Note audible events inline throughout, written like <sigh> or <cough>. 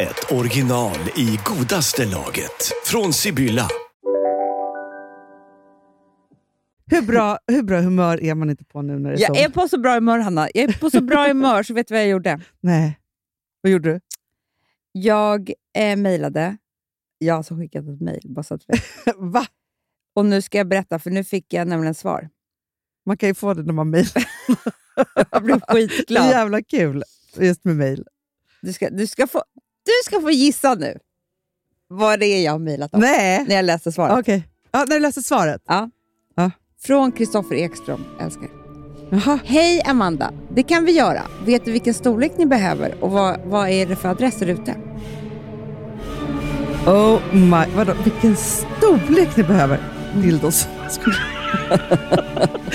ett original i godaste laget. Från Sibylla. Hur bra, hur bra humör är man inte på nu när det är Jag sommar? är på så bra humör, Hanna. Jag är på så bra humör, så vet du vad jag gjorde? Nej. Vad gjorde du? Jag eh, mejlade. Jag har alltså skickat ett mejl, bara så att du vet. <laughs> Va? Och nu ska jag berätta, för nu fick jag nämligen svar. Man kan ju få det när man <laughs> mejlar. Jag blev Det är skitglad. jävla kul just med mejl. Du ska, du, ska få, du ska få gissa nu vad det är jag har mejlat om Nej. när jag läser svaret. Okej. Ja, när du läste svaret. Från Kristoffer Ekström, älskar. Jaha. Hej Amanda, det kan vi göra. Vet du vilken storlek ni behöver och vad, vad är det för adresser ute? Oh my. Vadå? Vilken storlek ni behöver. <laughs> Dildos. Skulle-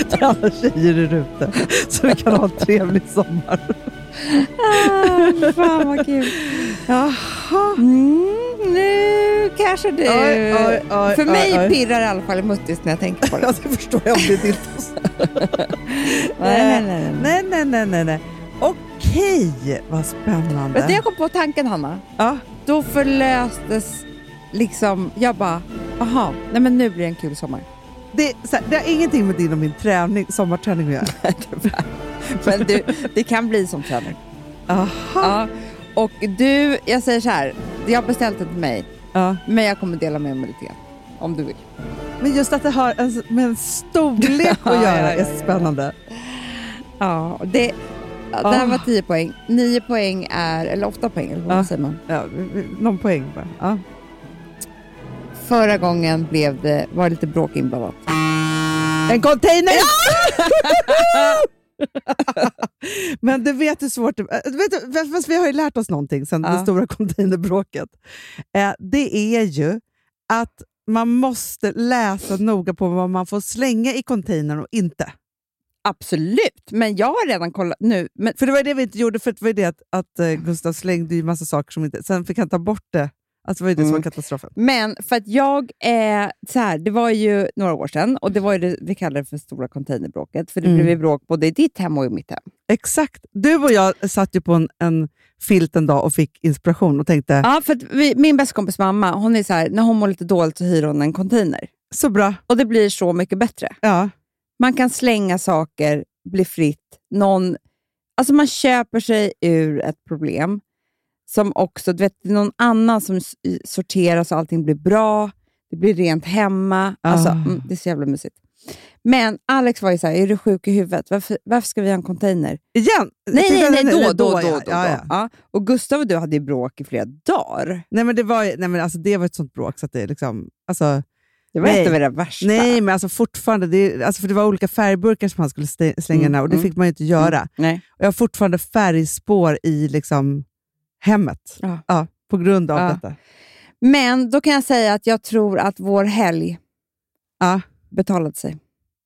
Till alla tjejer där ute. Så vi kan ha en trevlig sommar. Ah, fan vad kul. Jaha. Mm, nu kanske du... Oj, oj, oj, För oj, mig oj. pirrar i alla fall i muttis när jag tänker på det. <laughs> Ja, det förstår jag om det är dildos. nej, nej, nej. nej. <laughs> Nej, nej, nej, nej. nej. Okej, vad spännande. Vet du, jag kom på tanken Hanna. Ja. Då förlöstes liksom... Jag bara, aha, nej men nu blir det en <laughs> kul sommar. Det, är så här, det har ingenting med din och min träning, sommarträning att göra. Men du, det kan bli som träning. Aha. Ja. Och du, jag säger så här. Jag har beställt det till mig, Ja. men jag kommer dela med mig lite grann. Om du vill. Men just att det har en, med en <laughs> storlek att Ja, göra ja, ja, är spännande. Ja, det... Ja, Det här var 10 poäng. 9 poäng är, eller 8 poäng, eller vad Ja. säger man? Ja, vi- vi- någon poäng bara. Ja. Förra gången blev det, var det lite bråk inblandat. En container! Men du vet hur svårt det äh, du vet, du- Fast vi har ju lärt oss någonting sedan det Ja. stora <laughs> containerbråket. Eh, det är ju att man måste läsa noga på vad man får slänga i containern och inte. Absolut, men jag har redan kollat nu. Men, För det var ju det vi inte gjorde, för det var ju det att, att eh, Gustav slängde ju massa saker som inte... Sen fick han ta bort det. Alltså det var ju det som Mm. var katastrofen. men för att jag, eh, så här, det var ju några år sedan och det var ju det vi kallade det för stora containerbråket. För det Mm. blev ju bråk både i ditt hem och i mitt hem. Exakt. Du och jag satt ju på en, en filt en dag och fick inspiration och tänkte, Ja, för att vi, min bästa kompis mamma, hon är så här, när hon mår lite dåligt så hyr hon en container. så bra. Och det blir så mycket bättre. Ja. Man kan slänga saker, bli fritt. Någon, alltså man köper sig ur ett problem. Som också, du vet, det är någon annan som s- i- sorteras och allting blir bra. Det blir rent hemma. Alltså, Ah. mm, det är så jävla mysigt. Men Alex var ju så här, är du sjuk i huvudet? Varför, varför ska vi ha en container? Igen! Nej, nej, nej, då, då, då. då, ja. då, Ja, ja. Ja, och Gustav och du hade ju bråk i flera dagar. Nej, men det var, ju- nej, men alltså, det var ett sånt bråk så att det är liksom... Alltså, Det var Nej. ett av det värsta. nej, men alltså fortfarande. Det, är- alltså, för det var olika färgburkar som han skulle stä- slänga Mm, ner och det mm. fick man ju inte göra. nej. Och jag har fortfarande färgspår i liksom, hemmet Ja. på grund av Ja. detta. Men då kan jag säga att jag tror att vår helg Ja. betalade sig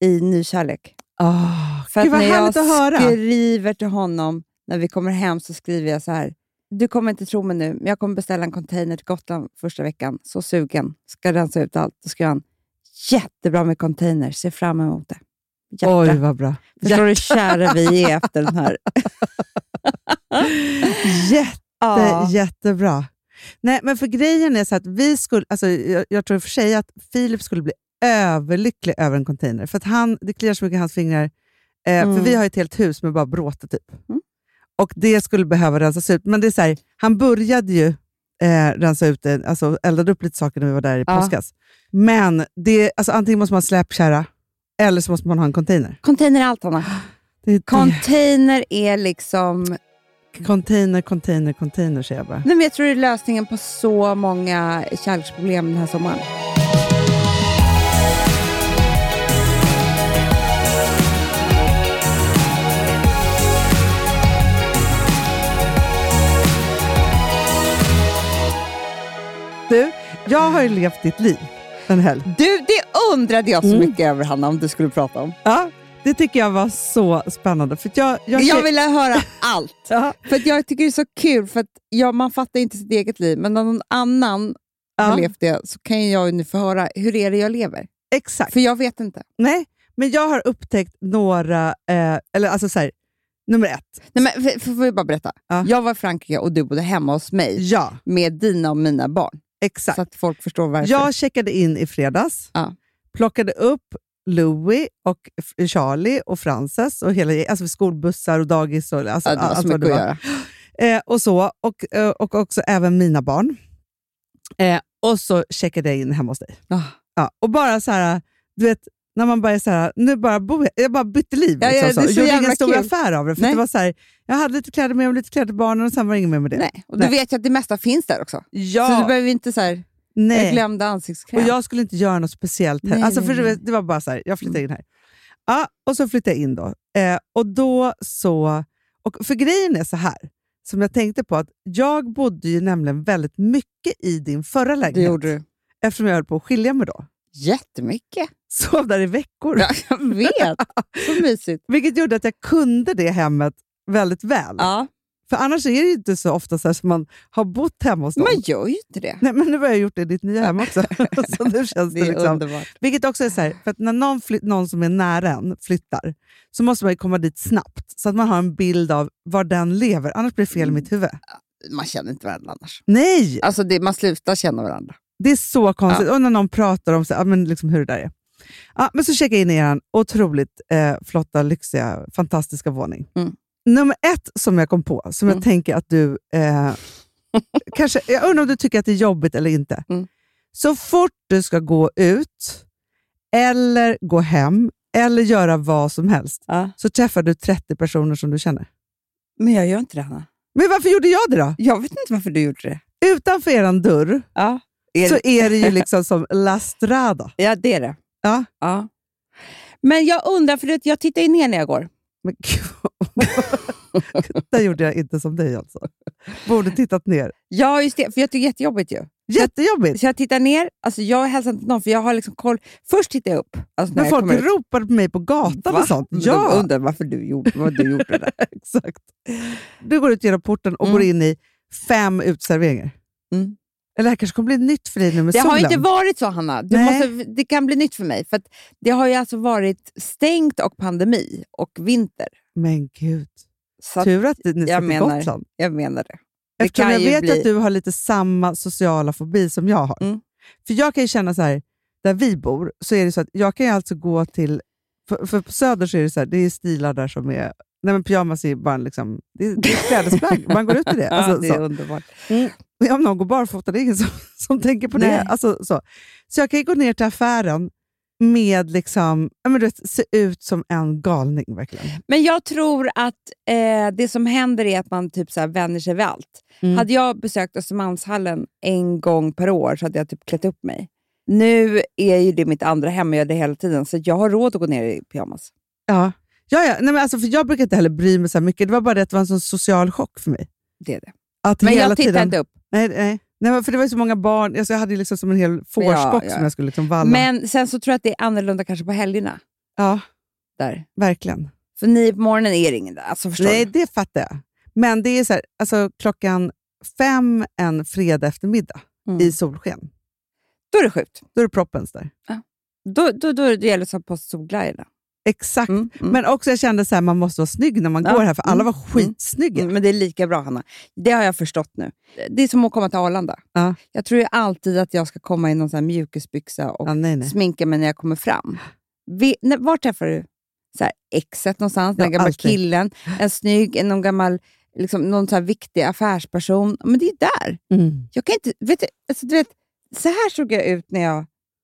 i ny kärlek. Oh, För Gud, att vad när jag härligt att höra. skriver till honom när vi kommer hem så skriver jag så här. Du kommer inte tro mig nu, men jag kommer beställa en container till Gotland första veckan. Så sugen. Ska rensa ut allt. Då ska jag ha en jättebra med container. Ser fram emot det. Hjärta. Oj, vad bra. Förstår du hur kära vi är efter <laughs> den här? Jätte, Ja. jättebra. Nej, men för grejen är så att vi skulle, alltså, jag, jag tror i och för sig att Filip skulle bli överlycklig över en container. För att han, det kliar så mycket i hans fingrar. Eh, För Mm. vi har ju ett helt hus med bara bråte typ. Mm. Och det skulle behöva rensas ut. Men det är så här, han började ju eh, rensa ut, det, alltså eldade upp lite saker när vi var där i Ja. påskas. Men det, alltså, antingen måste man ha släpkärra, eller så måste man ha en container. Container är allt, Hanna. Det är det. Container är liksom... Container, container, container säger jag bara. Nej, men jag tror det är lösningen på så många kärleksproblem den här sommaren. Du, jag har ju levt ditt liv den helg. Du, det undrade jag så Mm. mycket över Hanna om du skulle prata om. Ja, det tycker jag var så spännande. För att jag, jag, Jag ville höra allt. <laughs> Ja, För att jag tycker det är så kul, för att jag, man fattar inte sitt eget liv, men om någon annan har ja, levt det så kan jag ju nu få höra hur är det jag lever. exakt. För jag vet inte. Nej, men jag har upptäckt några... Eh, eller alltså så här, nummer ett. Nej, men, för, för, får jag bara berätta? Ja. Jag var i Frankrike och du bodde hemma hos mig Ja, med dina och mina barn. exakt. Så att folk förstår varför. Jag checkade in i fredags, Ja. plockade upp Louis, och F- Charlie och Frances och hela alltså skolbussar och dagis och alltså, ja, det var så allt vad mycket det att var. göra. Eh, och, så, och, eh, och också även mina barn. Eh, och så checkade jag in hemma hos dig. Ah. Ja, och bara så här, du vet, när man bara är så här, nu bara bo, jag bara bytte liv. Ja, ja, liksom, det så. är så Jag gjorde jävla ingen stor kul. affär av det. För Nej. det var så här, jag hade lite kläder med mig och lite kläder till barnen och sen var det inget mer med det. Nej. Och Nej. du vet ju att det mesta finns där också. Ja, Så du behöver ju inte så här, jag nej. glömde Och ansiktskräm. jag skulle inte göra något speciellt. här. Nej, alltså, nej, för du nej. Mm. vet, Det var bara så här, jag flyttade in här. Ja, och så flyttade jag in då. Eh, och då så... Och för grejen är så här, som jag tänkte på, att jag bodde ju nämligen väldigt mycket i din förra det lägenhet. gjorde du. Eftersom jag höll på att skilja mig då. <laughs> Jättemycket. Sov där i veckor. Ja, jag vet. Så mysigt. Vilket gjorde att jag kunde det hemmet väldigt väl. Ja, För annars är det ju inte så ofta så här som man har bott hemma hos någon. man gör ju inte det. Nej, men nu har jag gjort det i ditt nya hem <laughs> också. <laughs> så nu känns det, Det är liksom... underbart. Vilket också är så här, för att när någon, flytt, någon som är nära en flyttar så måste man ju komma dit snabbt så att man har en bild av var den lever. Annars blir det fel i mitt huvud. Man känner inte varandra annars. Nej! Alltså det, man slutar känna varandra. Det är så konstigt. Och när någon pratar om så, ja, men liksom hur det där är. Ja, men så checkar jag in i er otroligt eh, flotta, lyxiga, fantastiska våning. Mm. Nummer ett som jag kom på, som jag Mm. tänker att du... <laughs> Eh, kanske, jag undrar om du tycker att det är jobbigt eller inte. Mm. Så fort du ska gå ut, eller gå hem, eller göra vad som helst, Ja. så träffar du 30 personer som du känner. Men jag gör inte det, Hanna. Men varför gjorde jag det då? Jag vet inte varför du gjorde det. Utanför er dörr Ja, är så det, är det <laughs> ju liksom som La Strada. ja det är det. Ja. Ja. Men jag undrar, för du vet, jag tittade ju ner när jag går. Men <laughs> gud, där gjorde jag inte som dig alltså. Borde tittat ner. Ja, just det. För jag tycker det är jättejobbigt ju. Jättejobbigt! Så jag tittar ner, alltså jag hälsar inte någon för jag har liksom koll. Först tittar jag upp. Alltså när Men jag folk kommer ut. ropade på mig på gatan Va? och sånt. Men Ja, De undrar varför du gjorde, vad du gjorde där. <laughs> exakt. Du går ut genom porten och Mm. går in i fem uteserveringar. Mm. Eller det här kanske kommer bli nytt för dig nu med Det solen. har ju inte varit så, Hanna. Du Nej. måste, det kan bli nytt för mig. För att det har ju alltså varit stängt och pandemi och vinter. Men gud, Så att tur att ni ska jag till menar, Gotland. jag menar det. det Eftersom kan jag ju vet bli- att du har lite samma sociala fobi som jag har. Mm. För jag kan ju känna så här, där vi bor, så är det så att jag kan ju alltså gå till... För, för på Söder så är det så här, det är stilar där som är... Nej men pyjamas är ju bara en liksom... Det är, det är klädesplagg, man går ut i det. Alltså, <laughs> ja, det är så. underbart. Ja, Om någon går barfota, det är ingen som, <laughs> som tänker på det. Nej. Alltså, så. så jag kan ju gå ner till affären med liksom... Ja, men du vet, se ut som en galning verkligen. Men jag tror att eh, det som händer är att man typ så här vänjer sig vid allt. Mm. Hade jag besökt Östermalmshallen en gång per år så hade jag typ klätt upp mig. Nu är ju det mitt andra hem och jag gör det hela tiden, så jag har råd att gå ner i pyjamas. Ja. Ja, ja. Nej, men alltså, för jag brukar inte heller bry mig så här mycket. Det var bara det att det var en sån social chock för mig. Det är det. Att Men hela jag tittar tiden, inte upp. Nej, nej. nej men för det var ju så många barn. Alltså, jag hade ju liksom som en hel fårskock ja. som jag skulle liksom valla. Men sen så tror jag att det är annorlunda kanske på helgerna. ja, Där. verkligen. För nio på morgonen är det ingen där. Alltså, förstår Nej, du? det fattar jag. Men det är så här, alltså, klockan fem en fredag eftermiddag Mm. i solsken. Då är det sjukt. Då är det proppens där. Då, då, då, då gäller det att ha på sig solglajjorna. Exakt. Mm, mm. Men också jag kände så här, man måste vara snygg när man Ja. går här, för alla var Mm. skitsnygga. Mm, Men det är lika bra, Hanna. Det har jag förstått nu. Det är som att komma till Arlanda. Ja. Jag tror ju alltid att jag ska komma i någon sån här mjukisbyxa och Ja, nej, nej. sminka mig när jag kommer fram. Vi, när, var träffar du så här, exet någonstans? Den Ja, gamla alltid. killen, en snygg, en- någon gammal liksom, någon så här viktig affärsperson. Men det är där. Mm. Jag kan inte, vet du, alltså, du vet, så här såg jag ut när jag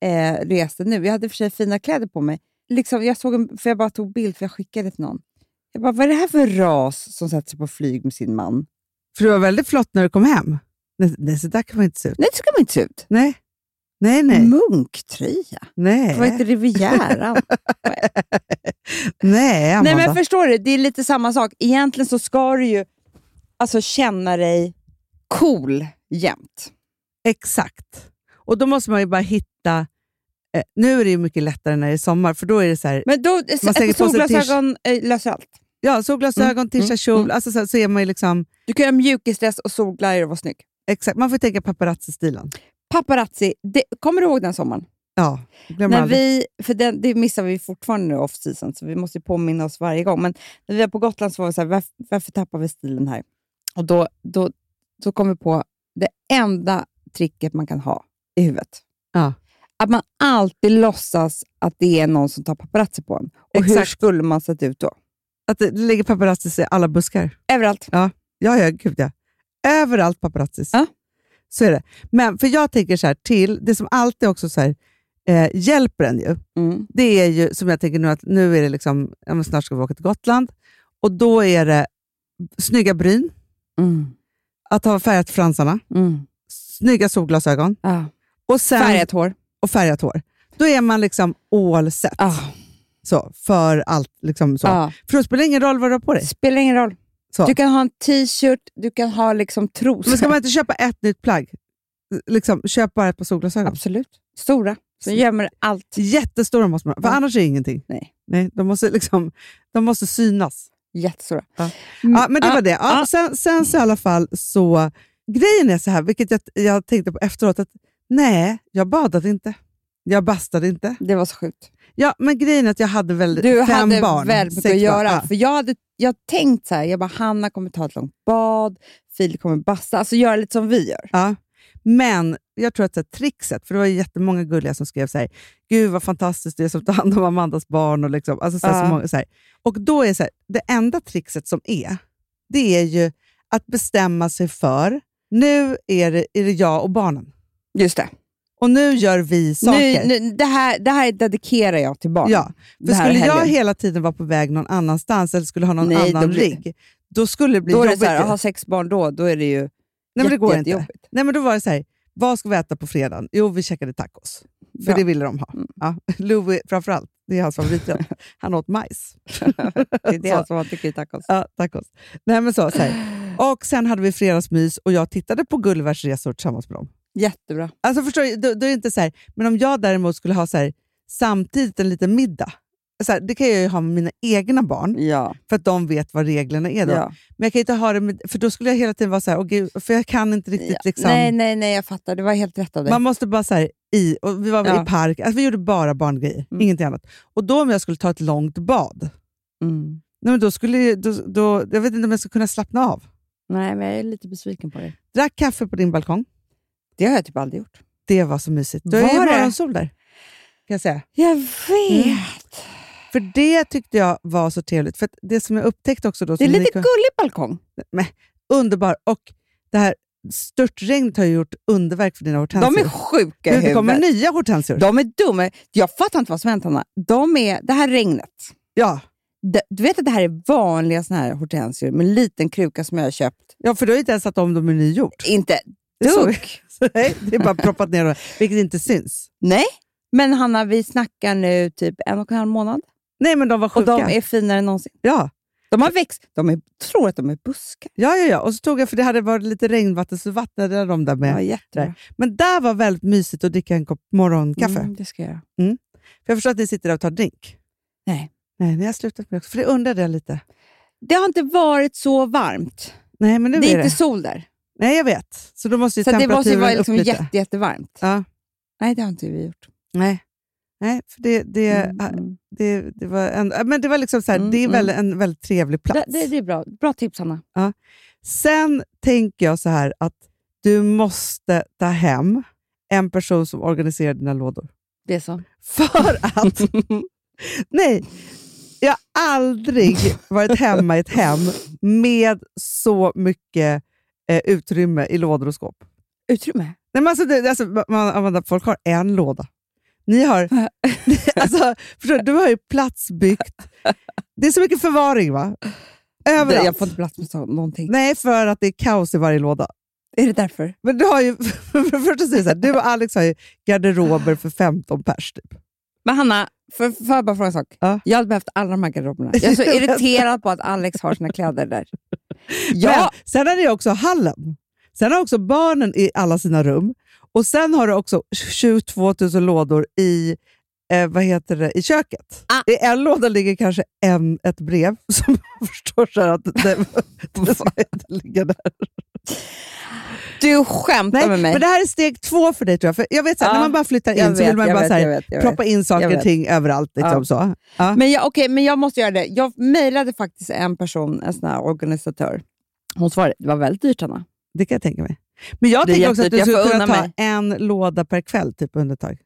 eh, reste nu. Jag hade i och för sig fina kläder på mig. Liksom, jag, såg en, för jag bara tog bild, för jag skickade till någon. Jag bara, vad är det här för ras som sätter sig på flyg med sin man? För du var väldigt flott när du kom hem. Nej, nej så där kan man inte se ut. Nej, det ska man inte se ut. Nej, nej, Mm. nej. Eh. Munktröja? Nej, Vad <laughs> heter Rivieran? nej Nej, Amanda. men förstår du? Det är lite samma sak. Egentligen så ska du ju alltså, känna dig cool jämt. Exakt. Och då måste man ju bara hitta... Eh, nu är det ju mycket lättare när det är sommar, för då är det så här... Men då, slänger på sig solglasögon eh, löser allt. Ja, Mm, solglasögon, t-shirt, kjol. Alltså så, här, så är man ju liksom... Du kan göra mjukisdress och solglajjor och vara snygg. Exakt, man får tänka paparazzi-stilen. Paparazzi, det, kommer du ihåg den sommaren? Ja, glöm När aldrig. vi, för den, det missar vi fortfarande nu off-season, så vi måste ju påminna oss varje gång. Men när vi var på Gotland så var vi så här, varför, varför tappar vi stilen här? Och då, då, då kom vi på det enda tricket man kan ha i huvudet. Ja. Att man alltid låtsas att det är någon som tar paparazzi på en. Och hur Exakt. skulle man sett ut då? Att det ligger paparazzi i alla buskar. Överallt. Ja, ja, gud ja. Överallt paparazzis. Ja. Så är det. Men för jag tänker så här till, det som alltid också så här, eh, hjälper en ju, Mm. det är ju som jag tänker nu att nu är det liksom, ja, men snart ska vi åka till Gotland och då är det snygga bryn, Mm. att ha färgat fransarna, Mm. snygga solglasögon Ah. och, sen, Färgat hår. och färgat hår. Då är man liksom all set Ah. så, för allt. Liksom så. Ah. För då spelar det ingen roll vad du har på dig. Spelar ingen roll. Så. Du kan ha en t-shirt, du kan ha liksom trosor. Men ska man inte köpa ett nytt plagg, liksom, köp bara ett par solglasögon. Absolut. Stora. Som gömmer allt. Jättestora måste man ha, för Ja. annars är det ingenting. Nej. Nej, de, måste liksom, de måste synas. Jättestora. Ja. Mm. Ja, men det Ah, var det. Ja, ah. sen, sen så i alla fall så... Grejen är så här, vilket jag, jag tänkte på efteråt, att nej, jag badade inte. Jag bastade inte. Det var så sjukt. Ja, men grejen är att jag hade väl Du fem hade barn. väl mycket sex att göra. barn. Ja. För jag hade jag tänkt så här, jag bara, Hanna kommer ta ett långt bad, Filip kommer basta, alltså göra lite som vi gör. Ja. Men jag tror att så här, trixet, för det var ju jättemånga gulliga som skrev så här, gud vad fantastiskt det är som tar hand om Amandas barn. Och, liksom, alltså, så här, Ja. så många, så här. och då är det så här, det enda trixet som är, det är ju att bestämma sig för, nu är det, är det jag och barnen. Just det. Och nu gör vi saker. Nu, nu, det, här, det här dedikerar jag till barnen. Ja, för Det här skulle jag helgen. hela tiden vara på väg någon annanstans eller skulle ha någon Nej, då annan blir- rigg, då skulle det bli då är det jobbigt. så här, att ju. ha sex barn då, då är det ju Nej, men det går inte. jättejobbigt. Nej, men då var det så här, vad ska vi äta på fredagen? Jo, vi käkade tacos. För Ja. det ville de ha. Mm. Ja. <laughs> Louis framförallt, det är hans <laughs> favoriträtt. Han åt majs. Det <laughs> är Så. det som man tycker är tacos. Ja, tacos. Nej, men så, så här. Och sen hade vi fredagsmys och jag tittade på Gullivers resor tillsammans med dem. Jättebra. Alltså förstår du, då, då är det inte så här, men om jag däremot skulle ha så här, samtidigt en liten middag, så här, det kan jag ju ha med mina egna barn, Ja. för att de vet vad reglerna är då. Mm. ja. Men jag kan inte ha det med, för då skulle jag hela tiden vara så här, åh gud, för jag kan inte riktigt liksom... Nej, nej, nej, jag fattar. Det var helt rätt av dig. Man måste bara så här, i, och vi var Ja. i park, alltså, vi gjorde bara barngrejer, Mm. ingenting annat. Och då om jag skulle ta ett långt bad, Mm. nej, men då skulle ju- då, då, jag vet inte om jag skulle kunna slappna av. Nej, men jag är lite besviken på dig. Drack kaffe på din balkong, Det har jag typ aldrig gjort. det var så mysigt. Du har ju Var det? morgonsol där, kan jag säga. Jag vet! För det tyckte jag var så trevligt. För att det som jag upptäckte också då... Det är som lite ni kunde- gullig balkong. Underbar. Och det här störtregnet har ju gjort underverk för dina hortensior. De är sjuka i Gud, Alltså, det kommer huvudet. nya hortensior. De är dumma. Jag fattar inte vad som hänt, Hanna. De är, det här regnet. Ja. Det- Du vet att det här är vanliga såna här hortensior med en liten kruka som jag har köpt. ja, för du har ju inte ens satt om dem i nygjort. Inte Det såg dugg. <laughs> Så, nej, det är bara proppat ner dem, vilket inte syns. Nej, men Hanna, vi snackar nu typ en och en halv månad Nej, men de var sjuka. och de är finare än någonsin. ja. De har växt. De är, tror att de är buskar. Ja, ja, ja. Och så tog jag, för det hade varit lite regnvatten, så vattnade jag dem där med. Ja, jättebra. Men där var väldigt mysigt att dricka en kopp morgonkaffe. Mm, det ska jag göra. För jag förstår att ni sitter där och tar drink. Nej. Nej, ni har slutat med det också. För det undrade jag lite. Det har inte varit så varmt. Nej, men nu det är är inte sol där. Nej, jag vet. Så då måste ju Så det temperaturen måste ju vara upp liksom lite. jätte, jättevarmt. Ja. Nej, det har inte vi gjort. Nej. Nej, för det, det, Mm, ah, mm. det, det var en, ah, men det var liksom så här, Mm, det är väl mm. en väldigt trevlig Det, plats. det, det är bra. Bra tips, Hanna. Sen tänker jag så här att du måste ta hem en person som organiserar dina lådor. <laughs> Det är så. För att... nej, jag har aldrig varit hemma i ett hem med så mycket eh, utrymme i lådor och skåp. Utrymme. Nej, men alltså, det, alltså, man, Amanda, folk har en låda. Ni <laughs> har, <laughs> alltså, förstår, du Du har ju platsbyggt. Det är så mycket förvaring va? Överallt. Jag får inte plats med så, någonting. Nej, för att det är kaos i varje låda. Är det därför? Men du har ju, <laughs> för det första säger jag så här, du och Alex har ju garderober för 15 pers typ. Men Hanna, får får jag bara fråga en sak? Ja. Jag hade behövt alla de här garderoberna. <laughs> Jag är så irriterad på att Alex har sina kläder <laughs> där. Ja, Men sen har ni också hallen. Sen har också barnen i alla sina rum. Och sen har du också 22 000 lådor i, eh, vad heter det, i köket. Ah. I en låda ligger kanske en, ett brev <laughs> som jag förstår så här att <laughs> det, det, det ligger där. Du skämtar Nej, med mig. men det här är steg två för dig tror jag. För jag vet så här, Ja. när man bara flyttar in Ah. jag så vill man jag bara vet, så här, jag vet, jag vet. proppa in Jag saker vet. och ting överallt. Liksom, Ja. så. Ja. Men jag, okay, men jag måste göra det. Jag mejlade faktiskt en person, en sån här organisatör. Hon svarade, det var väldigt dyrt Anna. Det kan jag tänka mig. Men jag Det är tänker också att du jättedyrt. Jag skulle får kunna ta unna mig. en låda per kväll typ under ett tag.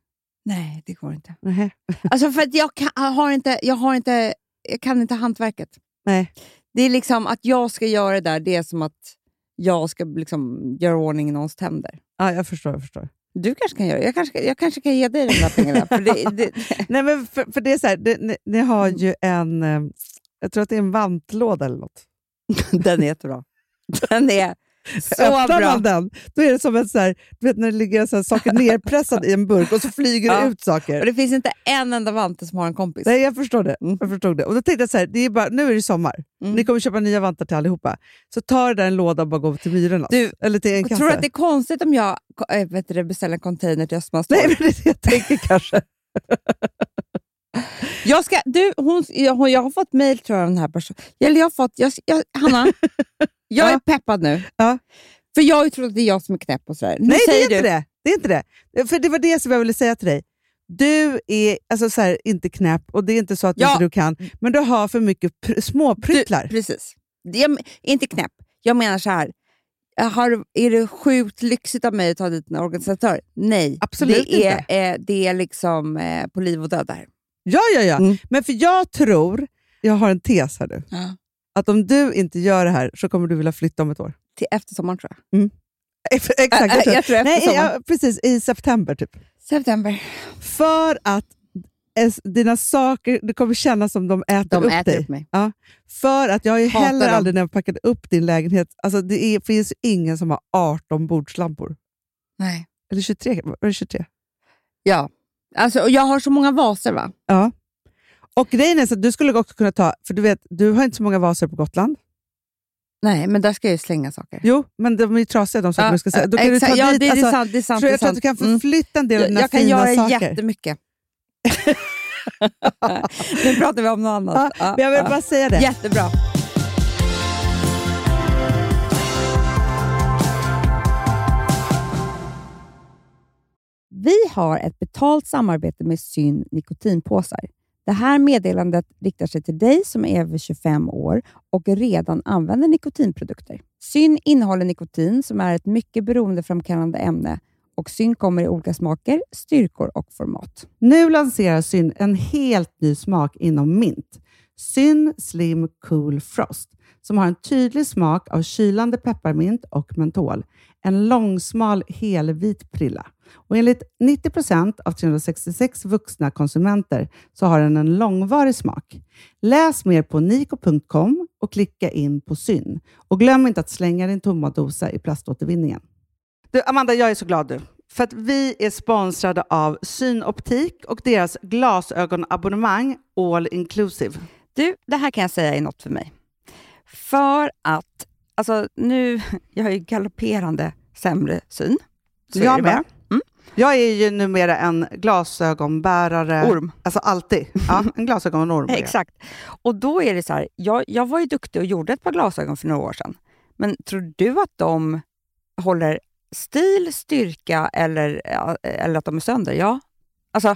Nej, det går inte. <laughs> Nähä. Alltså för att jag, kan, jag, har inte, jag har inte, jag kan inte hantverket. Nej. Det är liksom att jag ska göra det där, det är som att jag ska liksom göra ordning i någons tänder. Ja, jag förstår. Jag <laughs> förstår. Du kanske kan göra det. Jag kanske, jag kanske kan ge dig de där pengarna. För det, <laughs> det, Nej, men för, för det är så här, det, ni, ni har Mm. ju en, eh, jag tror att det är en vantlåda eller något. den är jättebra. Den är så Öppnar bra. man den, då är det som en så här, du vet när det ligger så här, <laughs> saker nerpressade i en burk och så flyger det Ja. ut saker. Och det finns inte en enda vante som har en kompis. Nej, jag förstår det. Mm. Jag förstod det. Och då tänkte jag så här, det är bara, nu är det sommar. Mm. Ni kommer köpa nya vantar till allihopa. Så ta det där en låda och bara gå till Myrorna. Du, Eller till en Jag kasse. tror du att det är konstigt om jag ko- eh, vet du, det, beställer en container till <laughs> Östmans Nej, torg? men det är det jag tänker kanske. Jag ska, du, hon, jag, hon, jag har fått mejl tror jag av den här personen. Eller jag har fått, jag, jag, Hanna, <laughs> jag är Ja. peppad nu. Ja. För jag har ju trott att det är jag som är knäpp och sådär. Nu Nej, det är säger inte du, det. Det är inte det. För det var det som jag ville säga till dig. Du är alltså så här, inte knäpp och det är inte så att Ja. inte du kan, men du har för mycket pr- småpryttlar. Precis. Det är, inte knäpp. Jag menar så här. Har, är det sjukt lyxigt av mig att ta dit en organisatör? Nej. Absolut det är, Eh, det är liksom eh, på liv och död där. Ja, ja, ja. Mm. Men för jag tror, jag har en tes här nu, Ja. att om du inte gör det här så kommer du vilja flytta om ett år. <laughs> Till efter sommaren tror jag. Ex- Exakt. jag Äh, äh, tror- jag tror efter Nej, sommaren. ja, precis. I september typ. September. För att es- dina saker, det kommer kännas som de äter De upp äter dig. upp mig. För att jag har ju Hatar heller dem. aldrig när jag packade upp din lägenhet, alltså det är, finns ju ingen som har 18 bordslampor. Nej. Eller 23? Var det 23? Ja. Alltså, och jag har så många vaser va? Ja. Och grejen är så att du skulle också kunna ta, för du vet, du har inte så många vaser på Gotland. Nej, men där ska jag ju slänga saker. Jo, men de är ju trasiga de sakerna typ, du ska säga. Då kan du ta exakt. ja, dit, det är alltså, sant. Det är sant. tror det är jag tror att sant. du kan Mm. förflytta en del av Jag, dina jag kan fina göra saker. <laughs> jättemycket. nu pratar vi om något annat. Ja, Ja, men jag vill ja. bara säga det. Jättebra. Vi har ett betalt samarbete med Syn nikotinpåsar. Det här meddelandet riktar sig till dig som är över 25 år och redan använder nikotinprodukter. Syn innehåller nikotin som är ett mycket beroendeframkallande ämne och Syn kommer i olika smaker, styrkor och format. Nu lanserar Syn en helt ny smak inom mint. Syn Slim Cool Frost, som har en tydlig smak av kylande pepparmint och mentol. En långsmal helvit prilla. Och enligt 90 procent av 366 vuxna konsumenter så har den en långvarig smak. Läs mer på niko.com och klicka in på Syn. Och glöm inte att slänga din tomma dosa i plaståtervinningen. Du, Amanda, jag är så glad du. För att vi är sponsrade av Synoptik och deras glasögonabonnemang All Inclusive. Du, det här kan jag säga är något för mig. För att, alltså nu, <laughs> jag har ju galopperande sämre syn. Så är jag det bara. Mm. Jag är ju numera en glasögonbärare. Orm. Alltså alltid. Ja, en glasögonorm. är jag. <laughs> eh, Exakt. Och då är det så här, jag, jag var ju duktig och gjorde ett par glasögon för några år sedan. Men tror du att de håller stil, styrka eller, eller att de är sönder? Ja. Alltså,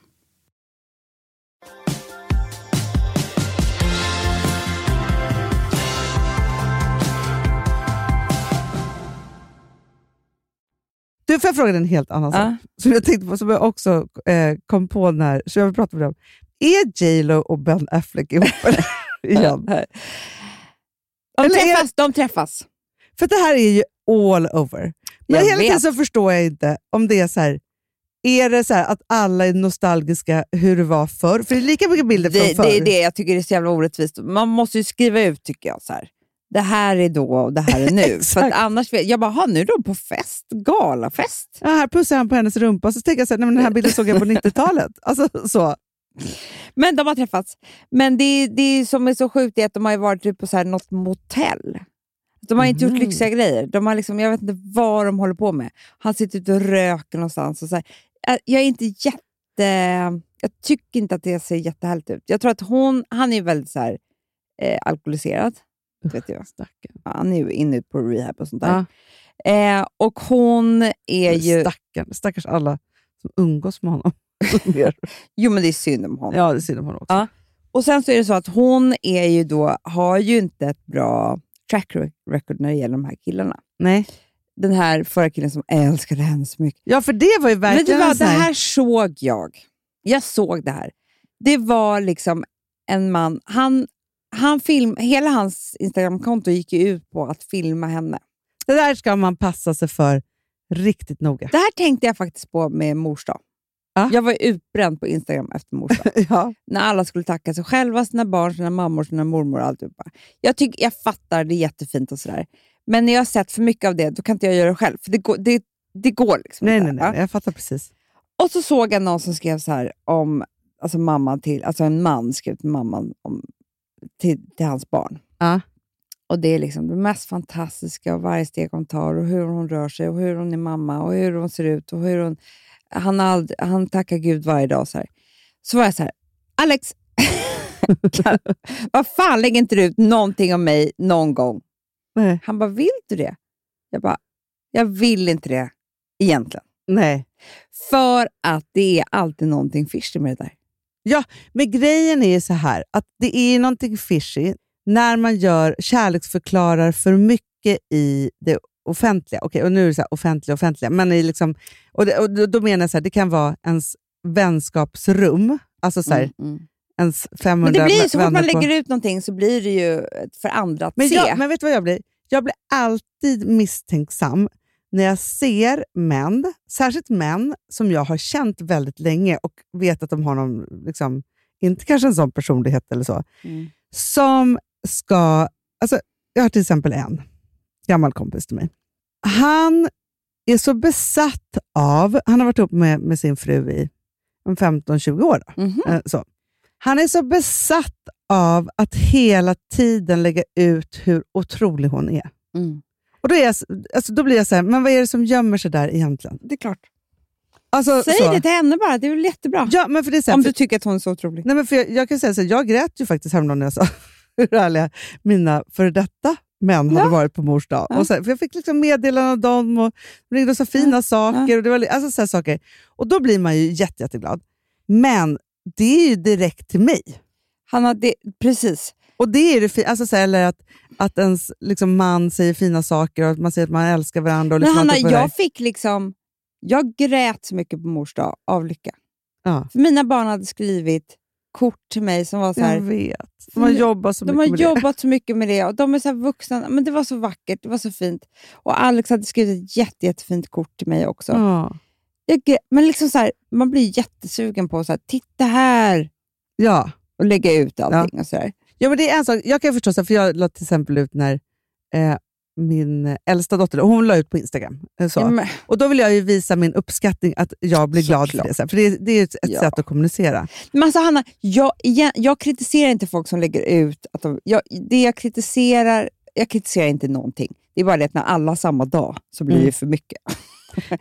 Du, får jag fråga dig en helt annan sak? Ja. Som jag tänkte på, som jag också eh, kom på när... Så jag vill prata med dig om. Är J Lo och Ben Affleck ihop eller- igen? De, Eller är- träffas, de träffas. För det här är ju all over. Men Jag hela tiden vet. så förstår jag inte om det är så här... Är det så här att alla är nostalgiska hur det var förr? För det är lika mycket bilder från Det, förr. det är det jag tycker är så jävla orättvist. Man måste ju skriva ut, tycker jag. så här. Det här är då och <laughs> det här är nu. För att Exakt. annars, jag bara, "Ha, nu är de på fest. Galafest. Ja, här pussar han på hennes rumpa, så tänker jag så här, nej, men den här bilden såg jag <laughs> på 90-talet. Alltså, så. Men de har träffats. Men det, det som är så sjukt är att de har ju varit typ på så här något motell. De har inte gjort Mhm. lyxiga grejer. De har liksom, jag vet inte vad de håller på med. Han sitter ute och röker någonstans. Och så här. Jag- Jag är inte jätte... Jag tycker inte att det ser jättehärligt ut. Jag tror att hon, han är ju väldigt så här, eh, alkoholiserad. Vet jag. Ja, Han är ju inne på rehab och sånt där. Eh, och hon är ju... Stackarn, stackars alla som umgås med honom. Mer. <laughs> Jo, men det är synd om honom. ja, det är synd om honom också. Ja. Och sen så är det så att hon är ju då, har ju inte ett bra track re- record när det gäller de här killarna. Nej. Den här förra killen som älskade henne så mycket. ja, för det var ju Men du verkligen vad, en det sån här- här såg jag. Jag såg det här. Det var liksom en man, han, han film, hela hans Instagramkonto gick ju ut på att filma henne. det där ska man passa sig för riktigt noga. <laughs> Det här tänkte jag faktiskt på med mors dag. Ja. Jag var ju utbränd på Instagram efter mors <laughs> dag. Ja. när alla skulle tacka sig själva, sina barn, sina mammor, sina mormor och alltihopa. Jag, tycker, jag fattar, det är jättefint och sådär. Men när jag har sett för mycket av det, då kan inte jag göra det själv. För det går, det, det går liksom Nej, inte. nej, nej, va? jag fattar precis. Och så såg jag någon som skrev så här om, alltså mamman till, alltså en man skrev till mamman om, till, till hans barn. Ja. Och det är liksom det mest fantastiska och varje steg hon tar och hur hon rör sig och hur hon är mamma och hur hon ser ut och hur hon... Han, har aldrig, han tackar Gud varje dag. Så, här. så var jag så här, Alex, <laughs> kan, vad fan lägger inte du ut någonting om mig någon gång? Nej. Han bara, vill du det? Jag bara, jag vill inte det egentligen. nej. För att det är alltid någonting fishy med det där. Men grejen är ju så här, att det är någonting fishy när man gör kärleksförklarar för mycket i det offentliga. Okej, och nu är det så här, offentliga offentliga. Men i liksom, och det, och då- då menar jag så här, det kan vara ens vänskapsrum. Alltså så här, Mm, mm. ens 500 Men det blir ju, så fort vänner man på- lägger ut någonting så blir det ju för andra att Men, se. jag, men vet du vad jag blir? Jag blir alltid misstänksam när jag ser män, särskilt män som jag har känt väldigt länge och vet att de har någon, liksom, inte kanske en sån personlighet eller så, Mm. som ska... Alltså, jag har till exempel en gammal kompis till mig. Han är så besatt av... Han har varit ihop med, med sin fru i en 15-20 år. Då. Mhm. Eh, Så. Han är så besatt av att hela tiden lägga ut hur otrolig hon är. Mm. Och då, är jag, s- alltså, då blir jag så här, men vad är det som gömmer sig där egentligen? Det är klart. Alltså, Säg så. det till henne bara, det är väl jättebra. Ja, men för det är så här, Om för- du tycker att hon är så otrolig. Nej, men för jag, jag kan säga så här, jag grät ju faktiskt häromdagen när jag sa <laughs> hur härliga mina före detta män hade Ja. varit på mors dag. Ja. Och så här, för jag fick liksom meddelanden av dem och de ringde och sa fina saker. Och, det var, li- alltså, så här saker. och då blir man ju jätte, jätteglad. Men det är ju direkt till mig. Han har det, precis. Och det är det fi- alltså, så här, eller att, att ens liksom, man säger fina saker och att man säger att man älskar varandra. Och Men liksom Hanna, allt det där. jag fick liksom... Jag grät så mycket på mors dag av lycka. Ja. För mina barn hade skrivit kort till mig som var så här... jag vet. De har jobbat så De har mycket med det. jobbat så mycket med det och de är så här vuxna. Men det var så vackert, det var så fint. Och Alex hade skrivit ett jätte, jättefint kort till mig också. Ja. Jag, gre- men liksom så här, man blir jättesugen på så här, titta här ja. och lägga ut allting. Och så här. Ja, men det är en sak. Jag kan förstå, så här, för jag la till exempel ut när eh, min äldsta dotter hon la ut på Instagram. eh, Så. Ja, men, Och Då vill jag ju visa min uppskattning, att jag blir glad för Såklart. det. Så här, för det, är- det är ju ett, ett Ja. sätt att kommunicera. men alltså Hanna, jag, igen, jag kritiserar inte folk som lägger ut. Att de, jag, det jag kritiserar, jag kritiserar inte någonting. Det är bara det att när alla har samma dag så Mm. blir det för mycket.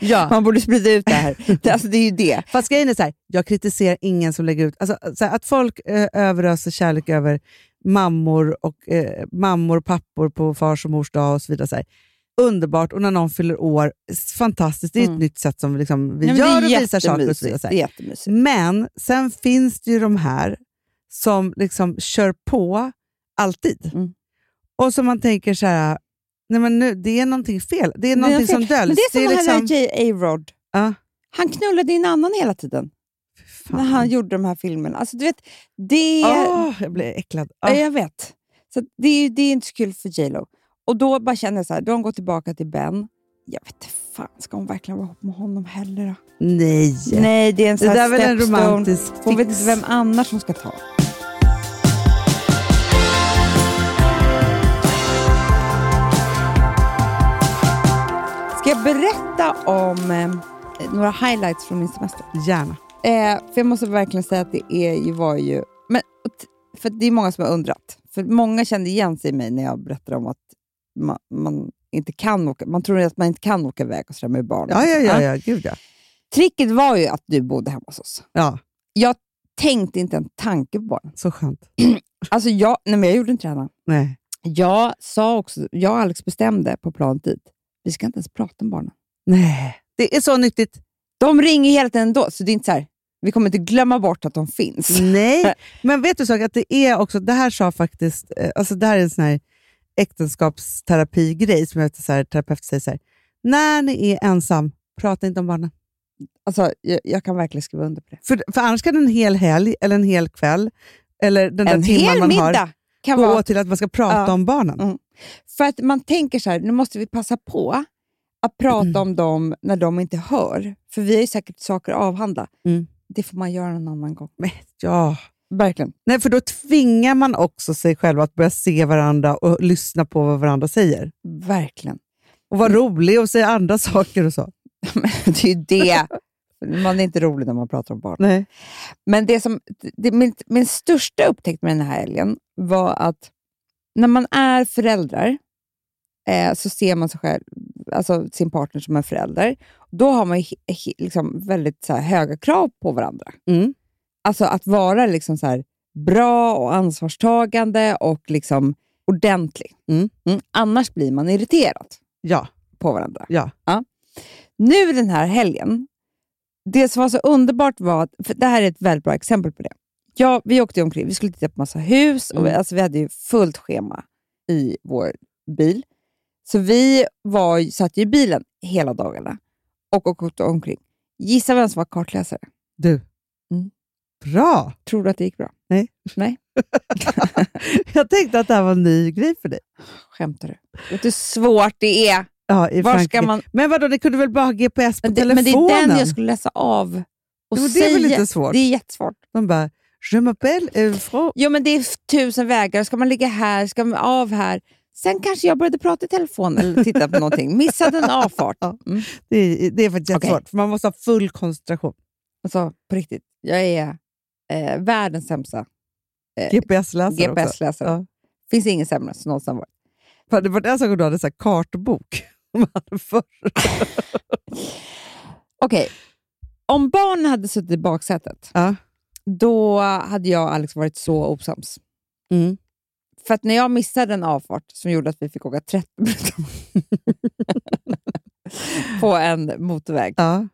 Ja. Man borde sprida ut det här. <laughs> Det, alltså, det är ju det. Fast grejen är så här, jag kritiserar ingen som lägger ut... Alltså, så här, att folk eh, överöser kärlek över mammor och eh, mammor och pappor på fars och mors dag och så vidare. Så här. Underbart, och när någon fyller år, s- fantastiskt. Det är ett Mm. nytt sätt som liksom, vi Nej, men gör det är och visar saker. Och så vidare, jättemysigt. så här. Det är jättemysigt. Men sen finns det ju de här som liksom kör på alltid. Mm. Och som man tänker så här, nej men nu, det är någonting fel. Det är någonting fel. som Men döljs. det är som den här liksom- J.A. Rod. Ja. Han knullade in annan hela tiden Fan. Ah. när han gjorde de här filmerna. Alltså, du vet, det... Åh, jag blir äcklad. Ja, Ah. jag vet. Så att det, är, ju- det är inte så kul för J.Lo. Och då bara känner jag så här, då har hon gått tillbaka till Ben. Jag vet inte fan, ska hon verkligen vara ihop med honom heller då? Nej. Nej, det är en Det sån där är här väl en stepstone. romantisk fix. Hon vet inte vem annars som ska ta. Ska jag berätta om eh, några highlights från min semester? Gärna. Eh, för jag måste verkligen säga att det är ju, var ju... Men, och t- för det är många som har undrat. För många kände igen sig i mig när jag berättade om att man, man inte kan åka... Man tror att man inte kan åka iväg och sådär med barn. Ja, ja, ja, ja. Gud ja. Tricket var ju att du bodde hemma hos oss. Ja, Jag tänkte inte en tanke på barnen. så skönt. Alltså jag, nej men jag gjorde inte det Hanna. Nej. Jag sa också, jag och Alex bestämde på planet dit, vi ska inte ens prata om barnen. Nej. Det är så nyttigt. De ringer hela tiden ändå, så det är inte så här, vi kommer inte glömma bort att de finns. Mm. <laughs> Nej. Men vet du så att det är också, det här sa faktiskt, eh, alltså det här är en sån här äktenskapsterapigrej som jag vet att så här, terapeut säger så här. När ni är ensam, prata inte om barnen. Alltså jag, jag kan verkligen skriva under på det. För, för annars kan en hel helg eller en hel kväll eller den där en timman hel man middag har kan gå vara... till att man ska prata Ja. om barnen. Mm. För att man tänker så här, nu måste vi passa på att prata Mm. om dem när de inte hör. För vi har ju säkert saker att avhandla. Mm. Det får man göra någon annan gång. Men, ja. Verkligen. Nej, för då tvingar man också sig själv att börja se varandra och lyssna på vad varandra säger. Verkligen. Och vara Mm. rolig och säga andra <laughs> saker och så. det är ju det. Man är inte rolig när man pratar om barn. Nej. Men det som, det, min, min största upptäckt med den här helgen var att när man är föräldrar eh, så ser man sig själv, alltså sin partner som en förälder. Då har man ju he, he, liksom väldigt så här, höga krav på varandra. Mm. Alltså att vara liksom så här, bra och ansvarstagande och liksom ordentlig. Mm. Annars blir man irriterad Ja. på varandra. Ja. Nu den här helgen, det som var så underbart var, att, för det här är ett väldigt bra exempel på det. Ja, vi åkte ju omkring, vi Mm. skulle titta på massa hus och vi, alltså, vi hade ju fullt schema i vår bil. Så vi var, ju- satt ju i bilen hela dagarna och åkte omkring. Gissa vem som var kartläsare? Du. Mm. Bra! <laughs> Tror du att det gick bra? Jag tänkte att det här var en ny grej för dig. Skämtar du? Vet du hur svårt det är? Ja, i Var ska Frankrike. man... Men vadå, ni kunde väl bara ha GPS på men, det, men telefonen? det är den jag skulle läsa av och Jo, det säga. är väl inte svårt? Det är jättesvårt. De bara, je m'appelle euh, Fro- Jo, men det är f- tusen vägar. Ska man ligga här? Ska man av här? Sen kanske jag började prata i telefon eller titta <laughs> på någonting. Missade en avfart. Ja. Mm. det, är, det är faktiskt Okej. jättesvårt, för man måste ha full koncentration. Alltså, på riktigt. Jag är eh, världens sämsta Eh, GPS-läsare också. GPS-läsare. Ja. finns ingen sämre som någonsin varit. Det hade varit en sak om du hade så här kartbok. <laughs> Man hade för- Okej. Om barnen hade suttit i baksätet, Ja. då hade jag och Alex varit så osams. Mm. För att när jag missade en avfart som gjorde att vi fick åka 30 minuter <laughs> på en motorväg, Ja,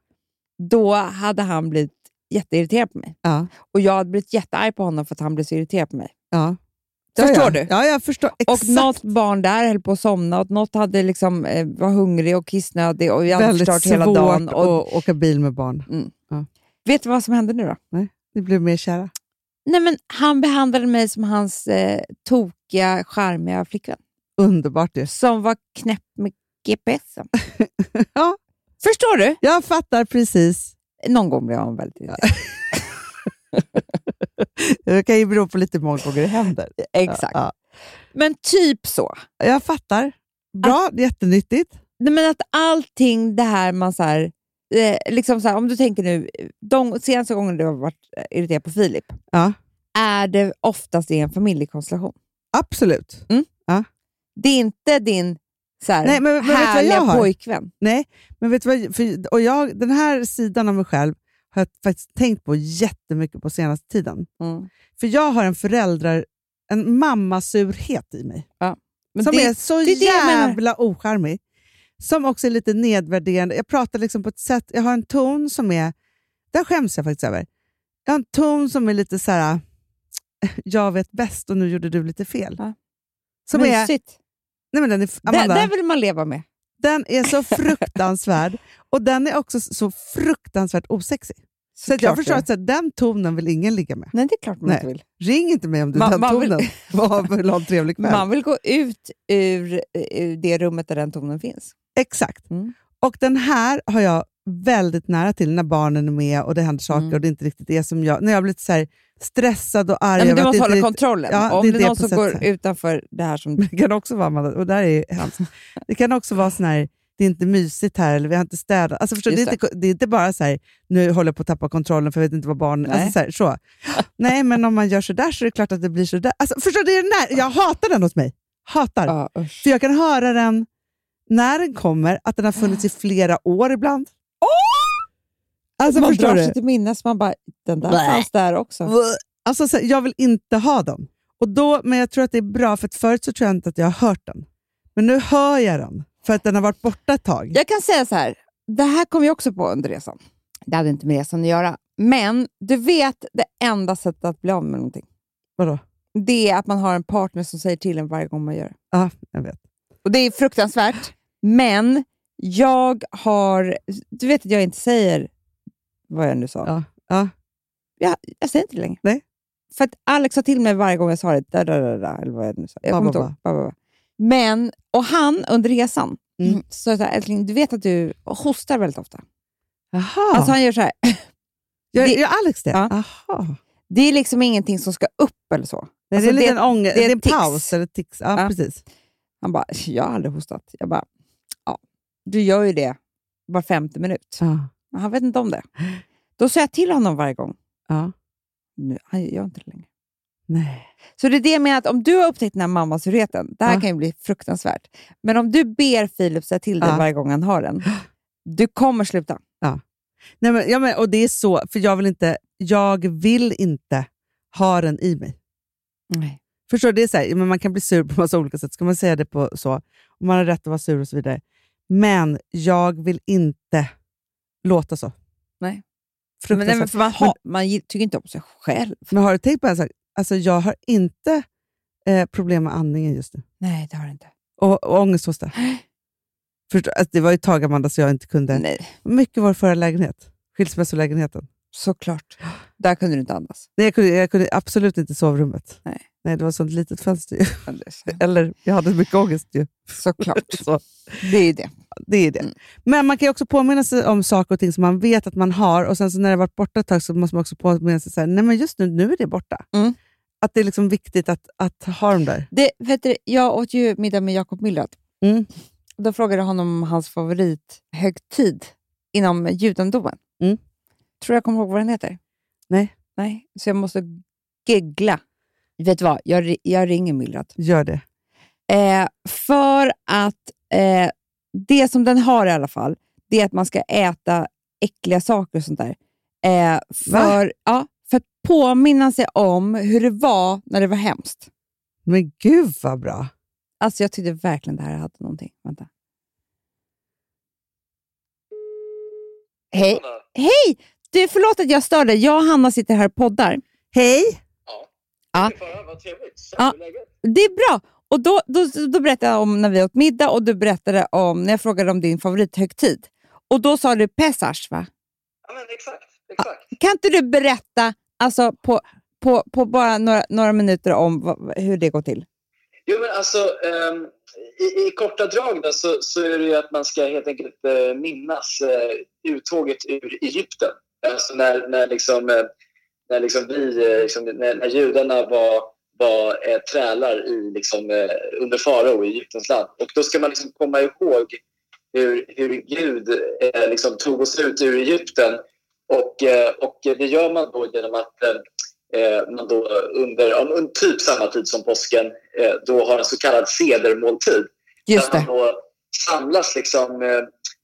då hade han blivit jätteirriterad på mig. ja, Och jag hade blivit jättearg på honom för att han blev så irriterad på mig. ja. Förstår ja, ja. du? Ja, jag förstår. Exakt. Och något barn där höll på att somna och något hade liksom, eh, var hungrig och kissnödig och jag hade Väldigt förstört svårt hela dagen. Och, att åka bil med barn. Vet du vad som hände nu då? Ni blev mer kära. Nej, men han behandlade mig som hans eh, tokiga, charmiga flickvän. Underbart ju. Som var knäpp med GPS. <laughs> Ja. Förstår du? Jag fattar precis. Någon gång blev han väldigt irriterad. Det kan ju bero på lite hur många gånger det händer. <laughs> Exakt. <laughs> Ja, Men typ så. ja. Jag fattar. Bra, jättenyttigt. Nej, men att allting det här man så här, eh, liksom så här, om du tänker nu, de senaste gången du har varit eh, irriterad på Filip, Ja. är det oftast i en familjekonstellation. Absolut. Det är inte din så här, Nej, men- men vet du vad jag härliga har? pojkvän. Nej, men vet du vad? För, och jag, den här sidan av mig själv har jag faktiskt tänkt på jättemycket på senaste tiden. Mm. För jag har en föräldrar, en mammasurhet i mig. Ja, men som det- är så det är det jag menar. jävla ocharmig. Som också är lite nedvärderande. Jag pratar liksom på ett sätt, jag har en ton som är, där skäms jag faktiskt över. Jag har en ton som är lite så här. <laughs> jag vet bäst och nu gjorde du lite fel. Ja. Som är, Mysigt. nej men den är, Där, Amanda, där vill man leva med. den är <laughs> så fruktansvärd och den är också så fruktansvärt osexig. Så att jag Såklart förstår det. att så här, den tonen vill ingen ligga med. Nej, det är klart man Nej. inte vill. Ring inte mig om det är Man- den man vill- tonen. <laughs> Vad vill ha en trevlig kväll. Man vill gå ut ur, eh, ur det rummet där den tonen finns. Exakt. Mm. Och den här har jag väldigt nära till när barnen är med och det händer saker Mm. och det inte riktigt är som jag. När jag har blivit så här stressad och arg. Nej, men över du att måste det inte hålla riktigt- kontrollen. Ja, det Om är det det är någon på som sätt går så här. utanför det här som... Det kan också vara, Amanda, och där är hemskt. Det kan också vara sån här, det är inte mysigt här eller vi har inte städat. Alltså förstår, du, det, är Just inte, det är inte bara så här, nu håller jag på att tappa kontrollen för jag vet inte vad barnen... Nej. Alltså så här, så. Nej, men om man gör så där så är det klart att det blir så där. Alltså förstår du, det är den där, jag hatar den hos mig. Hatar. Ja, usch. För jag kan höra den när den kommer, att den har funnits i flera år ibland. Alltså man förstår drar du? sig till minnes, man bara, den där Blä. fanns där också. Alltså, så här, jag vill inte ha dem. Och då, men jag tror att det är bra, för att förut så tror jag inte att jag har hört den. Men nu hör jag den, för att den har varit borta ett tag. Jag kan säga så här, det här kom jag också på under resan. Det hade inte med resan att göra. Men du vet, det enda sättet att bli av med någonting, Vadå? det är att man har en partner som säger till en varje gång man gör det. Ja, jag vet. Och det är fruktansvärt. Men jag har... Du vet att jag inte säger vad jag nu sa. Ja, ja. Jag, jag säger inte det längre. Nej. För att Alex sa till mig varje gång jag sa det. Da, da, da, da, eller vad jag nu sa. Jag Ba, kommer ba, inte ihåg. Ba, ba, ba. Men, och han under resan Mm. så jag sa älskling, du vet att du hostar väldigt ofta. Jaha. Alltså han gör så här. <clears throat> gör, det- gör Alex det? Ja. Jaha. Det är liksom ingenting som ska upp eller så. Nej, det Alltså, är en liten ånger, det är en tics. paus eller tics. Ja, Ja. precis. Han bara, jag har aldrig hostat. Jag bara, ja, du gör ju det var femte minut. Ja. Men han vet inte om det. Då sa jag till honom varje gång. ja. nu, han gör inte det längre. Nej. Så det är det jag menar, att om du har upptäckt den här mammasurheten, det här Ja. kan ju bli fruktansvärt. Men om du ber Filip säga till dig Ja. varje gång han har den, du kommer sluta. Nej, men, ja, men, och det är så, för jag vill inte, jag vill inte ha den i mig. Nej. Förstår du? Det är så här, men man kan bli sur på massa olika sätt. Ska man säga det på så? Och man har rätt att vara sur och så vidare. Men jag vill inte låta så. Nej. Men, Fruktansvärt. nej, Men, men för man, ha, man gi- tycker inte om sig själv. har du tänkt på en sak? Alltså, jag har inte eh, problem med andningen just nu. Nej, det har du inte. Och, och <gasps> ångesthosta. Förstå, alltså, det var ju ett tag, Amanda, så jag inte kunde. Nej, Mycket var förra lägenhet. Skilsmässolägenheten. såklart. Där kunde du inte andas. Nej, jag, kunde, jag kunde absolut inte i sovrummet. Nej. Nej, det var ett sånt litet fönster. ju. <laughs> Eller så. Eller, jag hade mycket ångest ju. <laughs> Såklart. Så, Det är ju det. det är det. Mm. Men man kan ju också påminna sig om saker och ting som man vet att man har och sen så när det har varit borta ett tag så måste man också påminna sig så här, nej men just nu, nu är det borta. Mm. Att det är liksom viktigt att, att ha dem där. det vet du, jag åt ju middag med Jakob Millard. Mm. Då frågade jag honom om hans favorithögtid inom judendomen. Mm. Tror jag kommer ihåg vad den heter? Nej. Nej, så jag måste giggla. Vet du vad? Jag, ri- jag ringer Millard. Gör det. Eh, för att eh, det som den har i alla fall, det är att man ska äta äckliga saker och sånt där. Eh, för, ja, för att påminna sig om hur det var när det var hemskt. Men gud vad bra. Alltså jag tyckte verkligen det här hade någonting. Vänta. Hej! Hej! Du, förlåt att jag störde. Jag och Hanna sitter här och poddar. Hej! Vad trevligt. Ja. Det är bra! Och då, då, då berättade jag om när vi åt middag och du berättade om när jag frågade om din favorithögtid. Och då sa du Pesach, va? Ja, men exakt. exakt. Kan inte du berätta alltså, på, på, på bara några, några minuter om vad, hur det går till? Jo, men alltså, ehm, i, i korta drag då, så, så är det ju att man ska helt enkelt eh, minnas eh, uttåget ur Egypten. Alltså när, när, liksom, eh, när liksom vi, eh, liksom, när, när judarna var, var eh, trälar i, liksom, eh, under farao i Egyptens land. Och då ska man liksom komma ihåg hur, hur Gud eh, liksom, tog oss ut ur Egypten. Och, eh, och det gör man då genom att eh, eh, man då under ja, men typ samma tid som påsken eh, då har en så kallad sedermåltid. Just där det. man då samlas liksom, eh,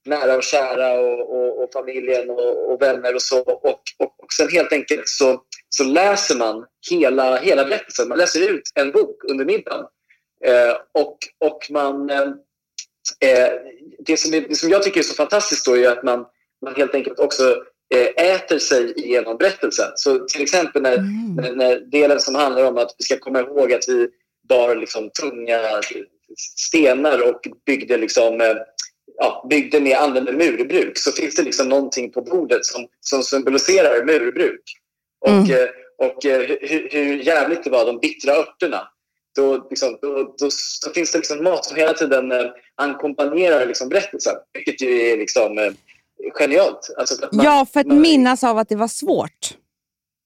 nära och kära och, och, och familjen och, och vänner och så. Och, och, och sen helt enkelt så, så läser man hela, hela berättelsen. Man läser ut en bok under middagen. Eh, och, och man, eh, eh, det, som är, det som jag tycker är så fantastiskt då är ju att man, man helt enkelt också eh, äter sig igenom berättelsen. Så till exempel när, men eh, delen som handlar om att vi ska komma ihåg att vi bar liksom tunga stenar och byggde, liksom, eh, ja, byggde med använde murbruk så finns det liksom någonting på bordet som, som symboliserar murbruk. Och, Mm. eh, och eh, hu- hu- hur jävligt det var, de bittra örterna. Då, liksom, då, då, då finns det liksom mat som hela tiden eh, ackompanjerar liksom berättelsen, vilket ju är liksom, eh, genialt. Alltså för att man- Ja, för att man- minnas av att det var svårt.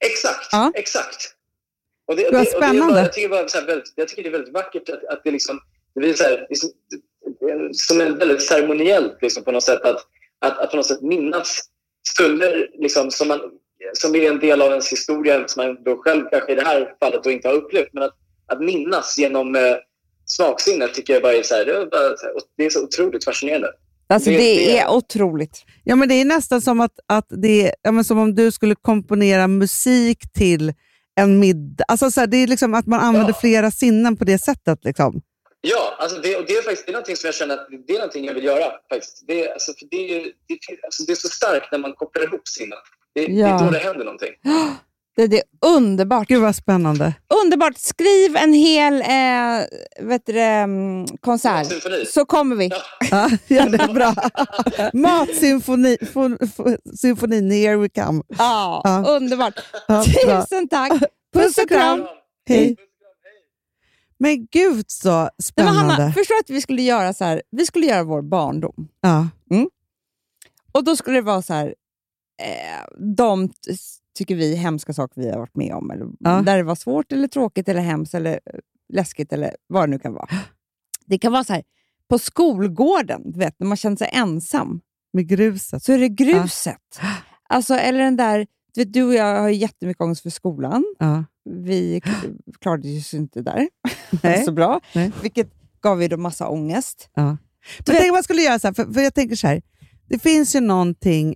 Exakt, Ja. exakt. Och det, Vad och det- och det är spännande. bara- Jag tycker, bara så här väldigt, jag tycker det är väldigt vackert att, att det liksom, det blir så här, liksom, eh, som en väldigt ceremoniellt liksom, på något sätt att, att, att på något sätt minnas stunder liksom, som, man, som är en del av ens historia som man då själv kanske i det här fallet då inte har upplevt. Men att, att minnas genom eh, smaksinnet tycker jag bara är så här, det är, bara, så här, och det är så otroligt fascinerande. Alltså, det, Det- det- är otroligt. Ja, men det är nästan som, att, att det är, ja, men som om du skulle komponera musik till en middag. Alltså, så här, det är liksom att man använder Ja. flera sinnen på det sättet. Liksom. Ja, alltså det, och det är faktiskt det är någonting som jag känner att det är någonting jag vill göra. Faktiskt. Det, är- alltså, för det, är, ju- det, är- alltså, det är så starkt när man kopplar ihop sinnen. Det, det Ja. är då det händer någonting. Det, det är underbart. Gud vad spännande. Underbart! Skriv en hel eh, vet du, det, mm, konsert, Symfoni. så kommer vi. Ja. Ja, <laughs> ja, det är bra. Matsymfoni, fo- fo- symfonin, here we come. Ja, Ja. Underbart! Ja, bra. Tusen tack! Puss och kram! Hej. Men gud så Nej, men spännande. Hanna, förstår att vi skulle göra så här, vi skulle göra vår barndom. ja. Och då skulle det vara så här, eh, de t- tycker vi hemska saker vi har varit med om. Eller, Ja. Där det var svårt eller tråkigt eller hemskt eller eh, läskigt eller vad det nu kan <gasps> vara. Det kan vara så här, på skolgården, du vet, när man känner sig ensam. Med gruset. så är det <gasps> gruset. Alltså, eller den där, du, vet, du och jag har ju jättemycket ångest för skolan. Ja. Vi k- <gasps> klarade ju oss inte där <laughs> Nej. så bra, Nej. vilket gav ju då massa ångest. Men tänk om man skulle göra så här, för, för jag tänker så här. Det finns ju någonting,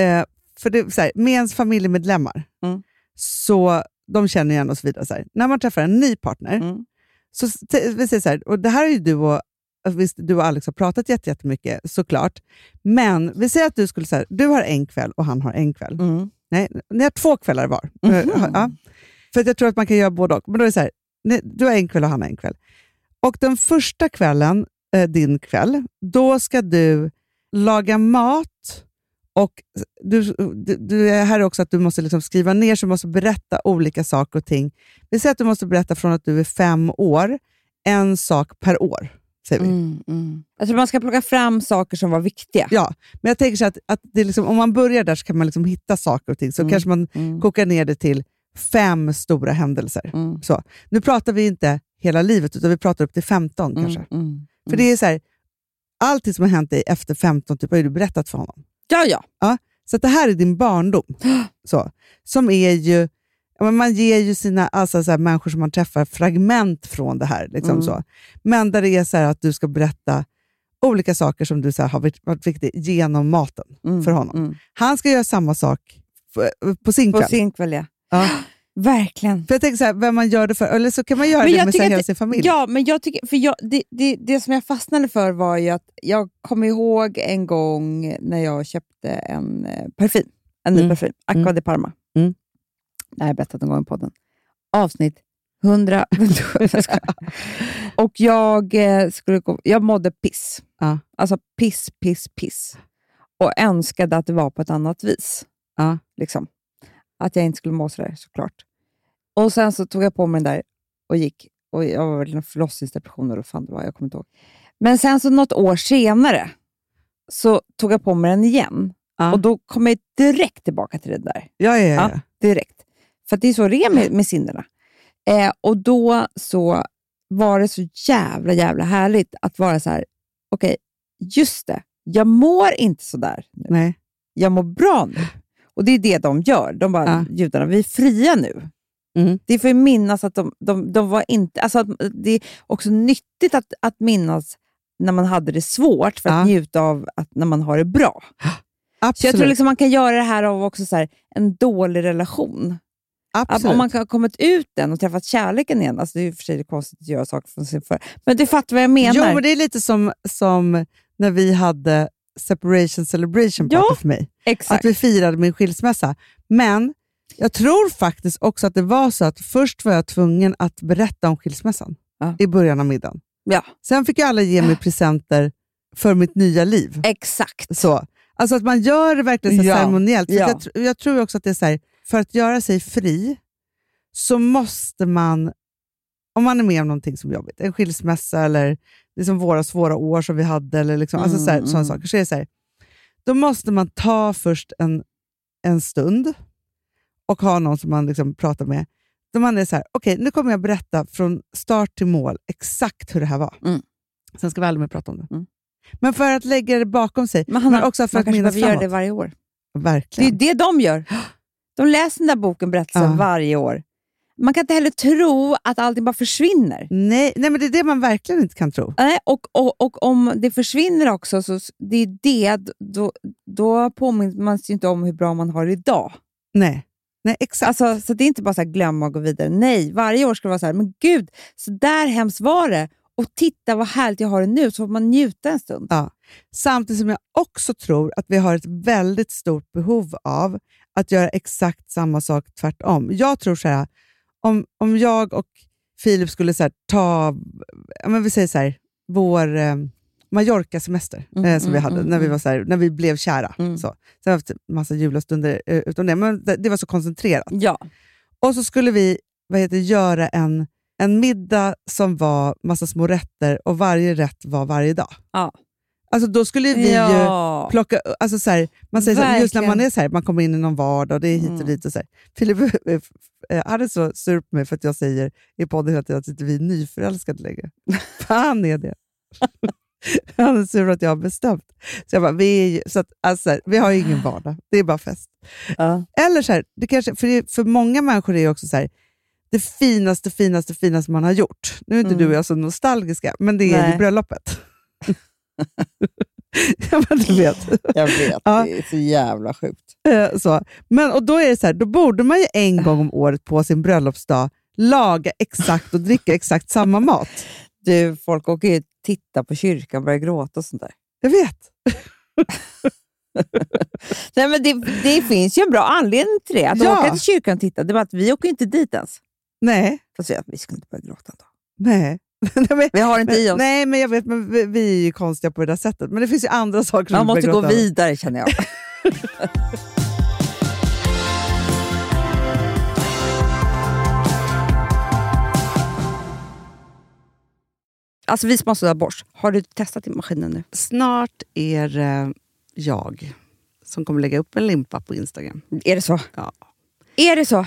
eh, för det, så här, med ens familjemedlemmar, Mm. så de känner igen och så vidare. Så här. När man träffar en ny partner, Mm. så, s- t- vi säger så här, och det här är ju du och, visst, du och Alex har pratat jätte- jättemycket såklart, men vi säger att du skulle säga, du har en kväll och han har en kväll. Mm. Nej, ni har två kvällar var. Eh, Mhm. Ja. För att jag tror att man kan göra både och. Men då är det så här, ni- du har en kväll och han har en kväll. Och den första kvällen eh, din kväll, då ska du laga mat och du, du, du är här också att du måste liksom skriva ner, så du måste berätta olika saker och ting. Vi säger att du måste berätta från att du är fem år, en sak per år. Säger vi. Mm, mm. Alltså man ska plocka fram saker som var viktiga. Ja, men jag tänker så att, att det är liksom, om man börjar där så kan man liksom hitta saker och ting. Så Mm. kanske man Mm, kokar ner det till fem stora händelser. mm, Så. Nu pratar vi inte hela livet, utan vi pratar upp till 15 kanske. mm, mm. För det är så här, allting som har hänt dig efter 15 typ, har ju du berättat för honom. Ja, ja. Så att det här är din <gasps> barndom. så. Som är ju, ja, men man ger ju sina alltså, så här, människor som man träffar fragment från det här. Liksom, Mm. så. Men där det är så här att du ska berätta olika saker som du så här, har varit- varit viktiga genom maten Mm, för honom. mm. Han ska göra samma sak f- eh, på sin På kväll. sin kväll, ja. Ja. Verkligen. För jag tänker så här, vem man gör det för, eller så kan man göra Men det jag med tycker sig att hela det- sin familj. Ja, men jag tycker, för jag, det, det, det som jag fastnade för var ju att jag kommer ihåg en gång när jag köpte en eh, parfym, en ny Mm. parfym, Aqua Mm. de Parma. Mm. Det har jag berättat någon gång i podden. Avsnitt <laughs> 100. Jag skojar. och jag, eh, skulle gå, jag mådde piss. Ja. Alltså piss, piss, piss. Och önskade att det var på ett annat vis. Ja. Liksom. Att jag inte skulle må sådär såklart. Och sen så tog jag på mig den där och gick. Och jag var i en förlossningsdepression och fan det var, jag kommer inte ihåg. Men sen så något år senare så tog jag på mig den igen. Ja. Och då kom jag direkt tillbaka till det där. Ja, ja, ja. ja. Ja. Direkt. För att det är så det är med, med sinnena. Eh, och då så var det så jävla, jävla härligt att vara så här. okej, just det. Jag mår inte sådär nu Nej. jag mår bra nu. Och det är det de gör. De bara, Ja. judarna, vi är fria nu. Mm. Det får ju minnas att de, de, de var inte... Alltså att det är också nyttigt att, att minnas när man hade det svårt för att Ja. njuta av att när man har det bra. Absolut. Så jag tror liksom man kan göra det här av också så här, en dålig relation. Att Absolut. om man har kommit ut den och träffat kärleken igen. Alltså det är ju för sig konstigt att göra saker från sin förra. Men du fattar vad jag menar. Jo, men det är lite som, som när vi hade separation celebration party Ja, för mig. Exakt. Att vi firade min skilsmässa. Men jag tror faktiskt också att det var så att först var jag tvungen att berätta om skilsmässan Ja. Ah. i början av middagen. Ja, Sen fick ju alla ge mig presenter för mitt nya liv. exakt. Så. Alltså att man gör det verkligen så här Ja. ceremoniellt. För Ja. Jag, tr- jag tror också att det är så här, för att göra sig fri så måste man, om man är med om någonting som är jobbigt, en skilsmässa eller liksom våra svåra år som vi hade, eller liksom, alltså Mm, så här, sådana mm. saker, så är det så här, då måste man ta först en, en stund och ha någon som man liksom pratar med. Då man är så här, okej nu kommer jag berätta från start till mål exakt hur det här var. Mm. Sen ska vi aldrig mer prata om det. Mm. Men för att lägga det bakom sig, Men Hanna, men också för man att kanske minnas behöver göra framåt. det varje år. Det är Verkligen. det de gör. De läser den där boken, berättelsen, Ja. varje år. Man kan inte heller tro att allting bara försvinner. Nej, nej, men det är det man verkligen inte kan tro. Nej, Och, och, och om det försvinner också, så s- det är det, då, då påminns man sig inte om hur bra man har det idag. Nej, nej exakt. Alltså, så det är inte bara så här, glömma och gå vidare. Nej, varje år ska det vara så här, men gud, så där hemskt var det. Och titta vad härligt jag har det nu, så får man njuta en stund. Ja. Samtidigt som jag också tror att vi har ett väldigt stort behov av att göra exakt samma sak tvärtom. Jag tror så här, om, om jag och Filip skulle så här, ta, ja, men vi säger så här, vår eh, Mallorca-semester Mm, eh, som vi mm, hade, mm, när, vi mm. var så här, när vi blev kära. Mm. Så. Sen har vi haft massa julavstunder eh, utom det, men det, det var så koncentrerat. Ja. Och så skulle vi vad heter, det, göra en, en middag som var massa små rätter och varje rätt var varje dag. Ja. Alltså då skulle vi ju ja. plocka... Alltså så här, man säger så här, just när Verkligen. man är så här, man kommer in i någon vardag och det är hit och Mm. dit. Och så här. Filip eh, han är så sur på mig för att jag säger i podden hela tiden att inte vi är nyförälskade <laughs> längre. Fan är det! <laughs> Han är sur att jag har bestämt. Så jag bara, vi, är ju, så att, alltså, så här, vi har ju ingen vardag, det är bara fest. Ja. Eller så här, det kanske, för, det, för många människor är det också så här, det finaste, finaste, finaste man har gjort. Nu är inte Mm. du och jag så nostalgiska, men det är Nej. ju <laughs> bröllopet. ja, men du vet. Jag vet, Ja. det är så jävla sjukt. Eh, Så. Men, och då är det så här, då borde man ju en gång om året på sin bröllopsdag laga exakt och dricka exakt samma mat. Du, folk åker ju titta på kyrkan och börjar gråta och sånt där. Jag vet. Nej, men det, det finns ju en bra anledning till det. Att Ja. åka till kyrkan och titta. Det är bara att vi åker ju inte dit ens. Nej, Fast vi, vi skulle inte börja gråta då. nej. <laughs> Nej, men, Vi har inte i oss. nej, men jag vet, men vi, vi är ju konstiga på det där sättet. Men det finns ju andra saker Man vi måste börjar gå gråta över. vidare känner <laughs> jag. Alltså vi som har sådär borst, har du testat i maskinen nu? Snart är eh, jag som kommer lägga upp en limpa på Instagram. Är det så? Ja. Är det så?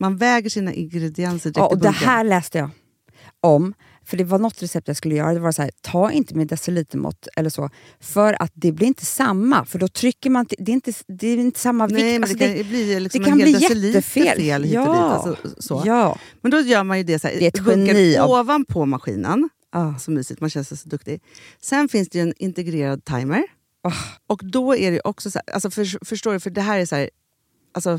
man väger sina ingredienser direkt Ja, i och det bunken. här läste jag om. För det var något recept jag skulle göra. Det var så här, ta inte med decilitermått eller så. För att det blir inte samma. För då trycker man... till- Det är inte, det är inte samma Nej, men vikt. Alltså, det kan ju bli liksom det kan en hel bli deciliter jättefel. fel hit och dit. Ja. Alltså, så. Ja. Men då gör man ju det så här, Det är ett bunkar geni av- ovanpå maskinen. Ah. Så mysigt, man känns så duktig. Sen finns det ju en integrerad timer. Ah. Och då är det ju också så här, alltså för, förstår du, för det här är så här, alltså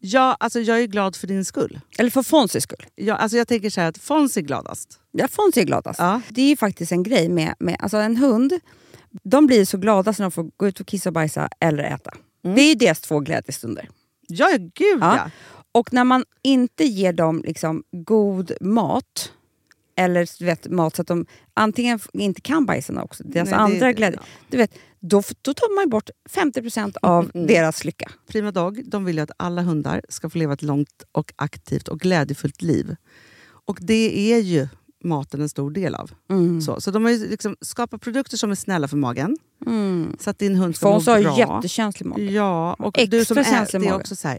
Ja, alltså jag är glad för din skull. Eller för Fonzys skull. Jag, alltså jag tänker så här att Fons är gladast. Ja, Fonzie är gladast. Ja. alltså. Det är ju faktiskt en grej med, med alltså en hund. De blir så glada när de får gå ut och kissa och bajsa eller äta. Det är ju deras två glädjestunder. Ja, gud Ja. Mm. ja. Och när man inte ger dem liksom god mat, eller du vet, mat så att de antingen f- inte kan bajsa också, deras Nej, det- andra det- glädje, ja. du vet, då, f- då tar man ju bort 50% av deras lycka. Prima Dog Mm. de vill ju att alla hundar ska få leva ett långt och aktivt och glädjefullt liv. Och det är ju maten en stor del av. Mm. Så, så de har ju liksom skapat produkter som är snälla för magen, Mm. så att din hund ska Fons må har bra. Mm. ju jättekänslig mage. Ja, och Extra du som är, känslig det är mage. också så här,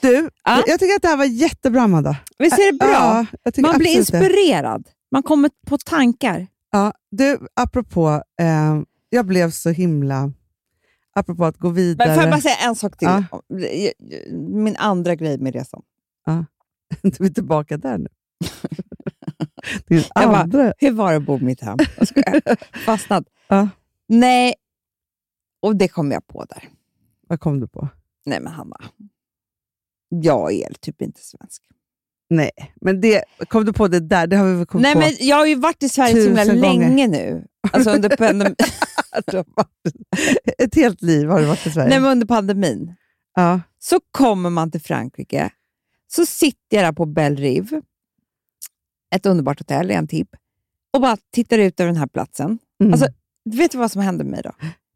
Du, Ja. jag tycker att det här var jättebra Amanda. Visst är det bra? Ja, jag tycker Man blir absolut det. inspirerad. Man kommer på tankar. Ja, du, apropå, eh, jag blev så himla... Apropå att gå vidare. Men får jag bara säga en sak till? Ja. Min andra grej med resan. <laughs> Du är tillbaka där <laughs> nu. Din Jag bara- andra... Hur var det att bo i mitt hem? Jag skojar. <laughs> Fastnat. Ja. Nej, och det kom jag på där. Vad kom du på? Nej men Hanna, jag är typ inte svensk. Men det, kom du på det där? Det har vi väl kommit Nej på? men jag har ju varit i Sverige så himla Tusen gånger. länge nu. Alltså <laughs> under, pandem- Du har varit- Ett helt liv har du varit i Sverige. Nej, men under pandemin. ja. Så kommer man till Frankrike, så sitter jag där på Belle Rive, ett underbart hotell i Antibes, och bara tittar ut över den här platsen. mm. alltså, Vet du vad som hände med mig då?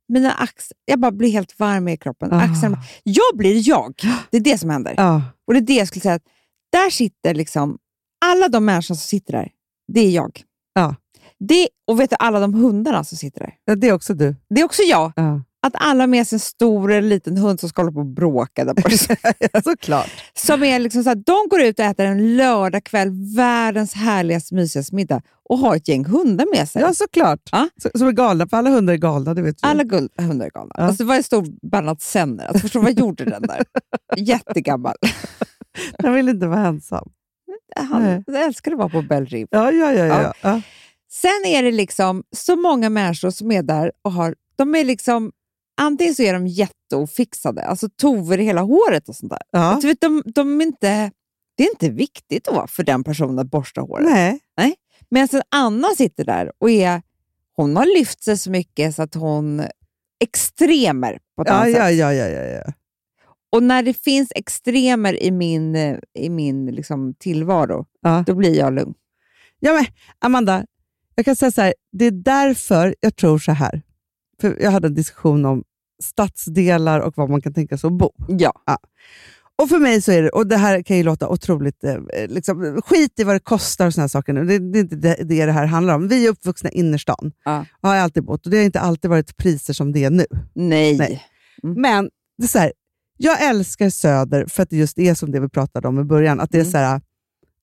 Mina axlar, jag bara blir helt varm i kroppen. Ah. Axlarna, bara- jag blir jag. Det är det som händer. ja. Och det är det jag skulle säga, att där sitter liksom, alla de människorna som sitter där, det är jag. Ja. Det, och vet du, alla de hundarna som sitter där, ja, det är också du. det är också jag. <laughs> Ja. Att alla har med sig en stor eller liten hund som ska hålla på och bråka där <laughs> borta. Såklart. som är liksom så här, de går ut och äter en lördagkväll, världens härligaste, mysigaste middag och har ett gäng hundar med sig. Ja, såklart. Ja. Så, som är galna, för alla hundar är galna, det vet vi. Alla guld, hundar är galna. Ja. Alltså, det var en stor Bernhard Senner. Alltså, förstår du, vad gjorde <laughs> den där? Jättegammal. Jag vill inte vara ensam. Nej. Han jag älskade att vara på Belle Rive. Ja, ja, ja. ja. Ja. ja. Sen är det liksom så många människor som är där och har... De är liksom... Antingen så är de jätteofixade, alltså tover i hela håret och sånt där. ja. Alltså, vet, de, de är inte, det är inte viktigt då för den personen att borsta håret. Nej. Medan en annan sitter där och är... Hon har lyft sig så mycket så att hon... Extremer på ett Ja, annat sätt. ja, ja, ja, ja, ja. Och när det finns extremer i min, eh, i min liksom, tillvaro, Ja. då blir jag lugn. Ja, men Amanda, jag kan säga så här. Det är därför jag tror så här. För jag hade en diskussion om stadsdelar och var man kan tänka sig att bo. Ja. Och för mig så är det, och det här kan ju låta otroligt, eh, liksom, skit i vad det kostar och såna här saker nu. Det, det är inte det, det det här handlar om. Vi är uppvuxna i innerstan Ja. och har alltid bott och det har inte alltid varit priser som det är nu. Nej. Nej. Men det är så här, jag älskar Söder för att det just är som det vi pratade om i början. Att det är Mm. så här,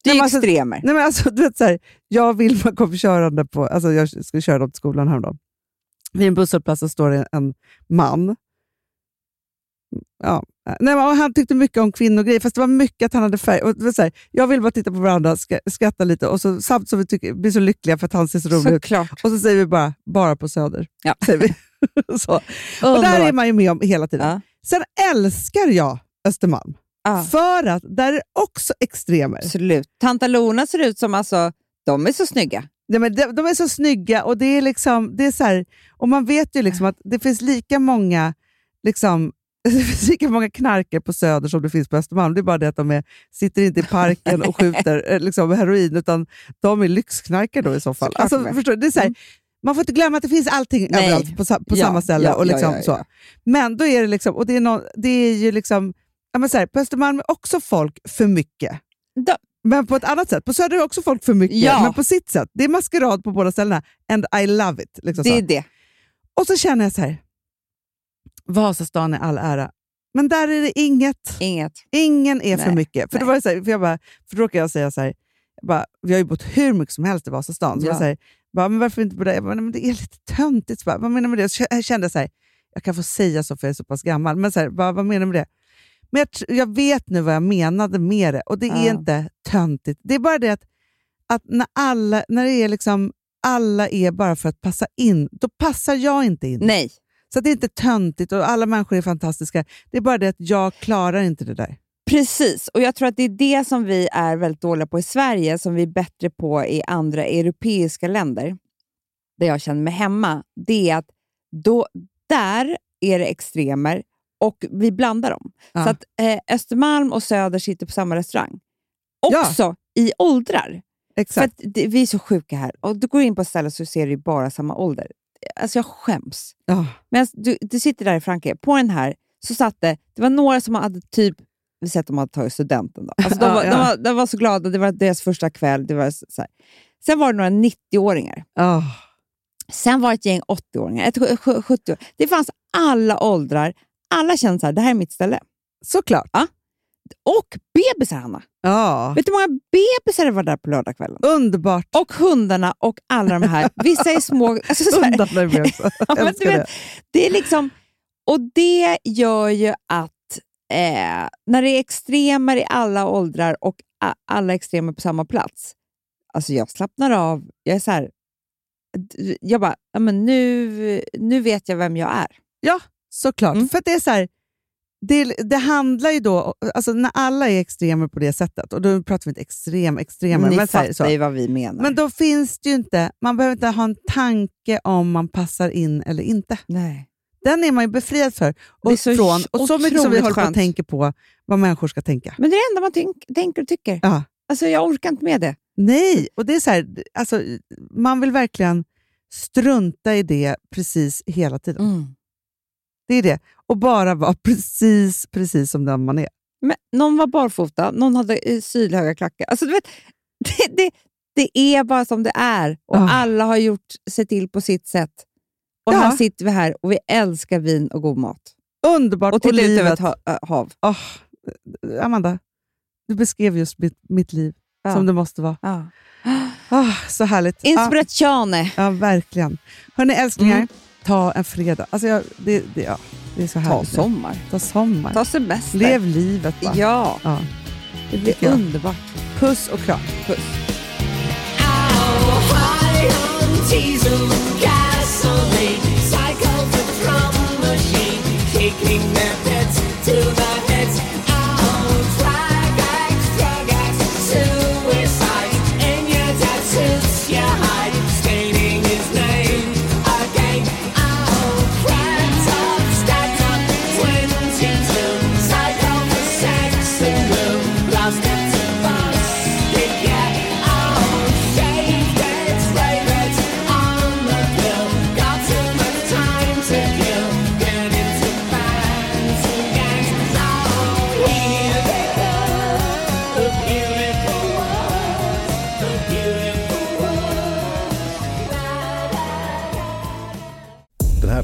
Det är Nej, men alltså- extremer. Nej, men alltså, du vet, så här, jag och Vilma kom körande på, alltså, jag skulle köra dem till skolan häromdagen. Vid en busshållplats så står det en man. Ja. Nej, men, och han tyckte mycket om kvinnogrejer, fast det var mycket att han hade färg. Och, det var så här, jag vill bara titta på varandra, sk- skratta lite, och så, samtidigt som vi tycker, blir så lyckliga för att han ser så rolig ut. Såklart. Och så säger vi bara, bara på Söder. <laughs> Ja. Säger vi. så. Och där är man ju med om hela tiden. Ja. Sen älskar jag Östermalm, Ja, för att där är också extremer. absolut. Tanta Lona ser ut som, alltså, de är så snygga. Nej, men de, de är så snygga och det är liksom, det är så här, och man vet ju liksom att det finns lika många liksom, <laughs> det finns lika många knarker på Söder som det finns på Östermalm. Det är bara det att de är, sitter inte i parken och <laughs> skjuter eh, liksom, heroin, utan de är lyxknarkare då i så fall. Såklart Alltså, de är. förstår du? Det är så här, Mm. Man får inte glömma att det finns allting Nej. överallt på, sa- på Ja, samma ställe. ja, och liksom, ja, ja, Så. ja. Men då är det liksom, och det är, nå- det är ju liksom, ja, men så här, på Östermalm är också folk för mycket. De- Men på ett annat sätt. På Söder är också folk för mycket, Ja. men på sitt sätt. Det är maskerad på båda ställena. And I love it. Liksom Det så. är det. Och så känner jag så här, Vasastan är all ära, men där är det inget. Inget. Ingen är för Nej, mycket. För då, nej. var det så här, för jag bara, för då råkade jag säga så här, jag bara, vi har ju bott hur mycket som helst i Vasastan. Så Ja. jag så här, bara, men varför inte på det? Jag bara, nej, men det är lite töntigt. Så bara, vad menar du med det? Så jag kände så här, jag kan få säga så för jag är så pass gammal, men så här, bara, vad menar du med det? Men jag, tr- jag vet nu vad jag menade med det och det är Ja. inte töntigt. Det är bara det att, att när, alla, när det är liksom, alla är bara för att passa in, då passar jag inte in. Nej. Så att det är inte töntigt och alla människor är fantastiska. Det är bara det att jag klarar inte det där. Precis, och jag tror att det är det som vi är väldigt dåliga på i Sverige, som vi är bättre på i andra europeiska länder, där jag känner mig hemma. Det är att då, där är det extremer och vi blandar dem. Ja. Så att eh, Östermalm och Söder sitter på samma restaurang. Ja. Också i åldrar. För Exakt. att det, vi är så sjuka här. Och du går in på ett ställe så ser du bara samma ålder. Alltså jag skäms. Ja. Men du, du sitter där i Frankrike, på den här så satt det, det var några som hade typ, vi säger att de hade tagit studenten då. Alltså de, Ja, var, ja. De, var, de var så glada, det var deras första kväll. Det var så så här. Sen var det några 90-åringar. Ah. Sen var det ett gäng 80-åringar, ett sj- sj- 70 åringar Det fanns alla åldrar. Alla kände så här, det här är mitt ställe. Såklart. Ah. Och bebisar, Hanna. Ja. Vet du hur många bebisar det var där på lördagskvällen? Underbart. Och hundarna och alla de här. Vissa är små. Alltså så här, Undan med mig också. <laughs> Ja, men Älskar du det. vet, Det är liksom, och det gör ju att eh, när det är extremer i alla åldrar och a- alla extremer på samma plats, alltså jag slappnar av. Jag är så här, d- jag bara, ja, men nu, nu vet jag vem jag är. Såklart. Mm. För att det är så här, det, det handlar ju då, alltså när alla är extremer på det sättet, och då pratar vi inte extrem, extremer, Ni men, så här, fattar ju så. vad vi menar. men då finns det ju inte, man behöver inte ha en tanke om man passar in eller inte. Nej. Den är man ju befriad för. Det är Och, så från, och så mycket som vi håller otroligt på och skönt. tänker på vad människor ska tänka. men det är det enda man tänk, tänker och tycker. Ja. Alltså jag orkar inte med det. Nej, och det är så här, alltså, man vill verkligen strunta i det precis hela Mm. tiden. Det är det. Och bara vara precis, precis som den man är. Men någon var barfota, någon hade eh, sylhöga klackar. Alltså, du vet, <laughs> det, det, det är bara som det är och Ah. alla har gjort sig till på sitt sätt. Och Ja. här sitter vi här och vi älskar vin och god mat. Underbart! Och tittar ut över ett ha, ö, hav. Åh, eh, Amanda, du beskrev just mitt, mitt liv Ja. som det måste vara. Ja. Ah, så härligt. Ja, Inspirazione! ja, verkligen. Hörni älsklingar, Mm. ta en fredag. Alltså, jag, det, det, ja, det är så Ta härligt. nu. sommar, Ta sommar. ta semester. Lev livet bara. Ja, Ja. det är underbart. Puss och kram. Lost it to bus, did ya? Oh, shaved heads, ravens on the pill. Got too much time to kill. Get into bands and gangs. Oh, here they come. The beautiful world, the beautiful world. La, la, la. Den här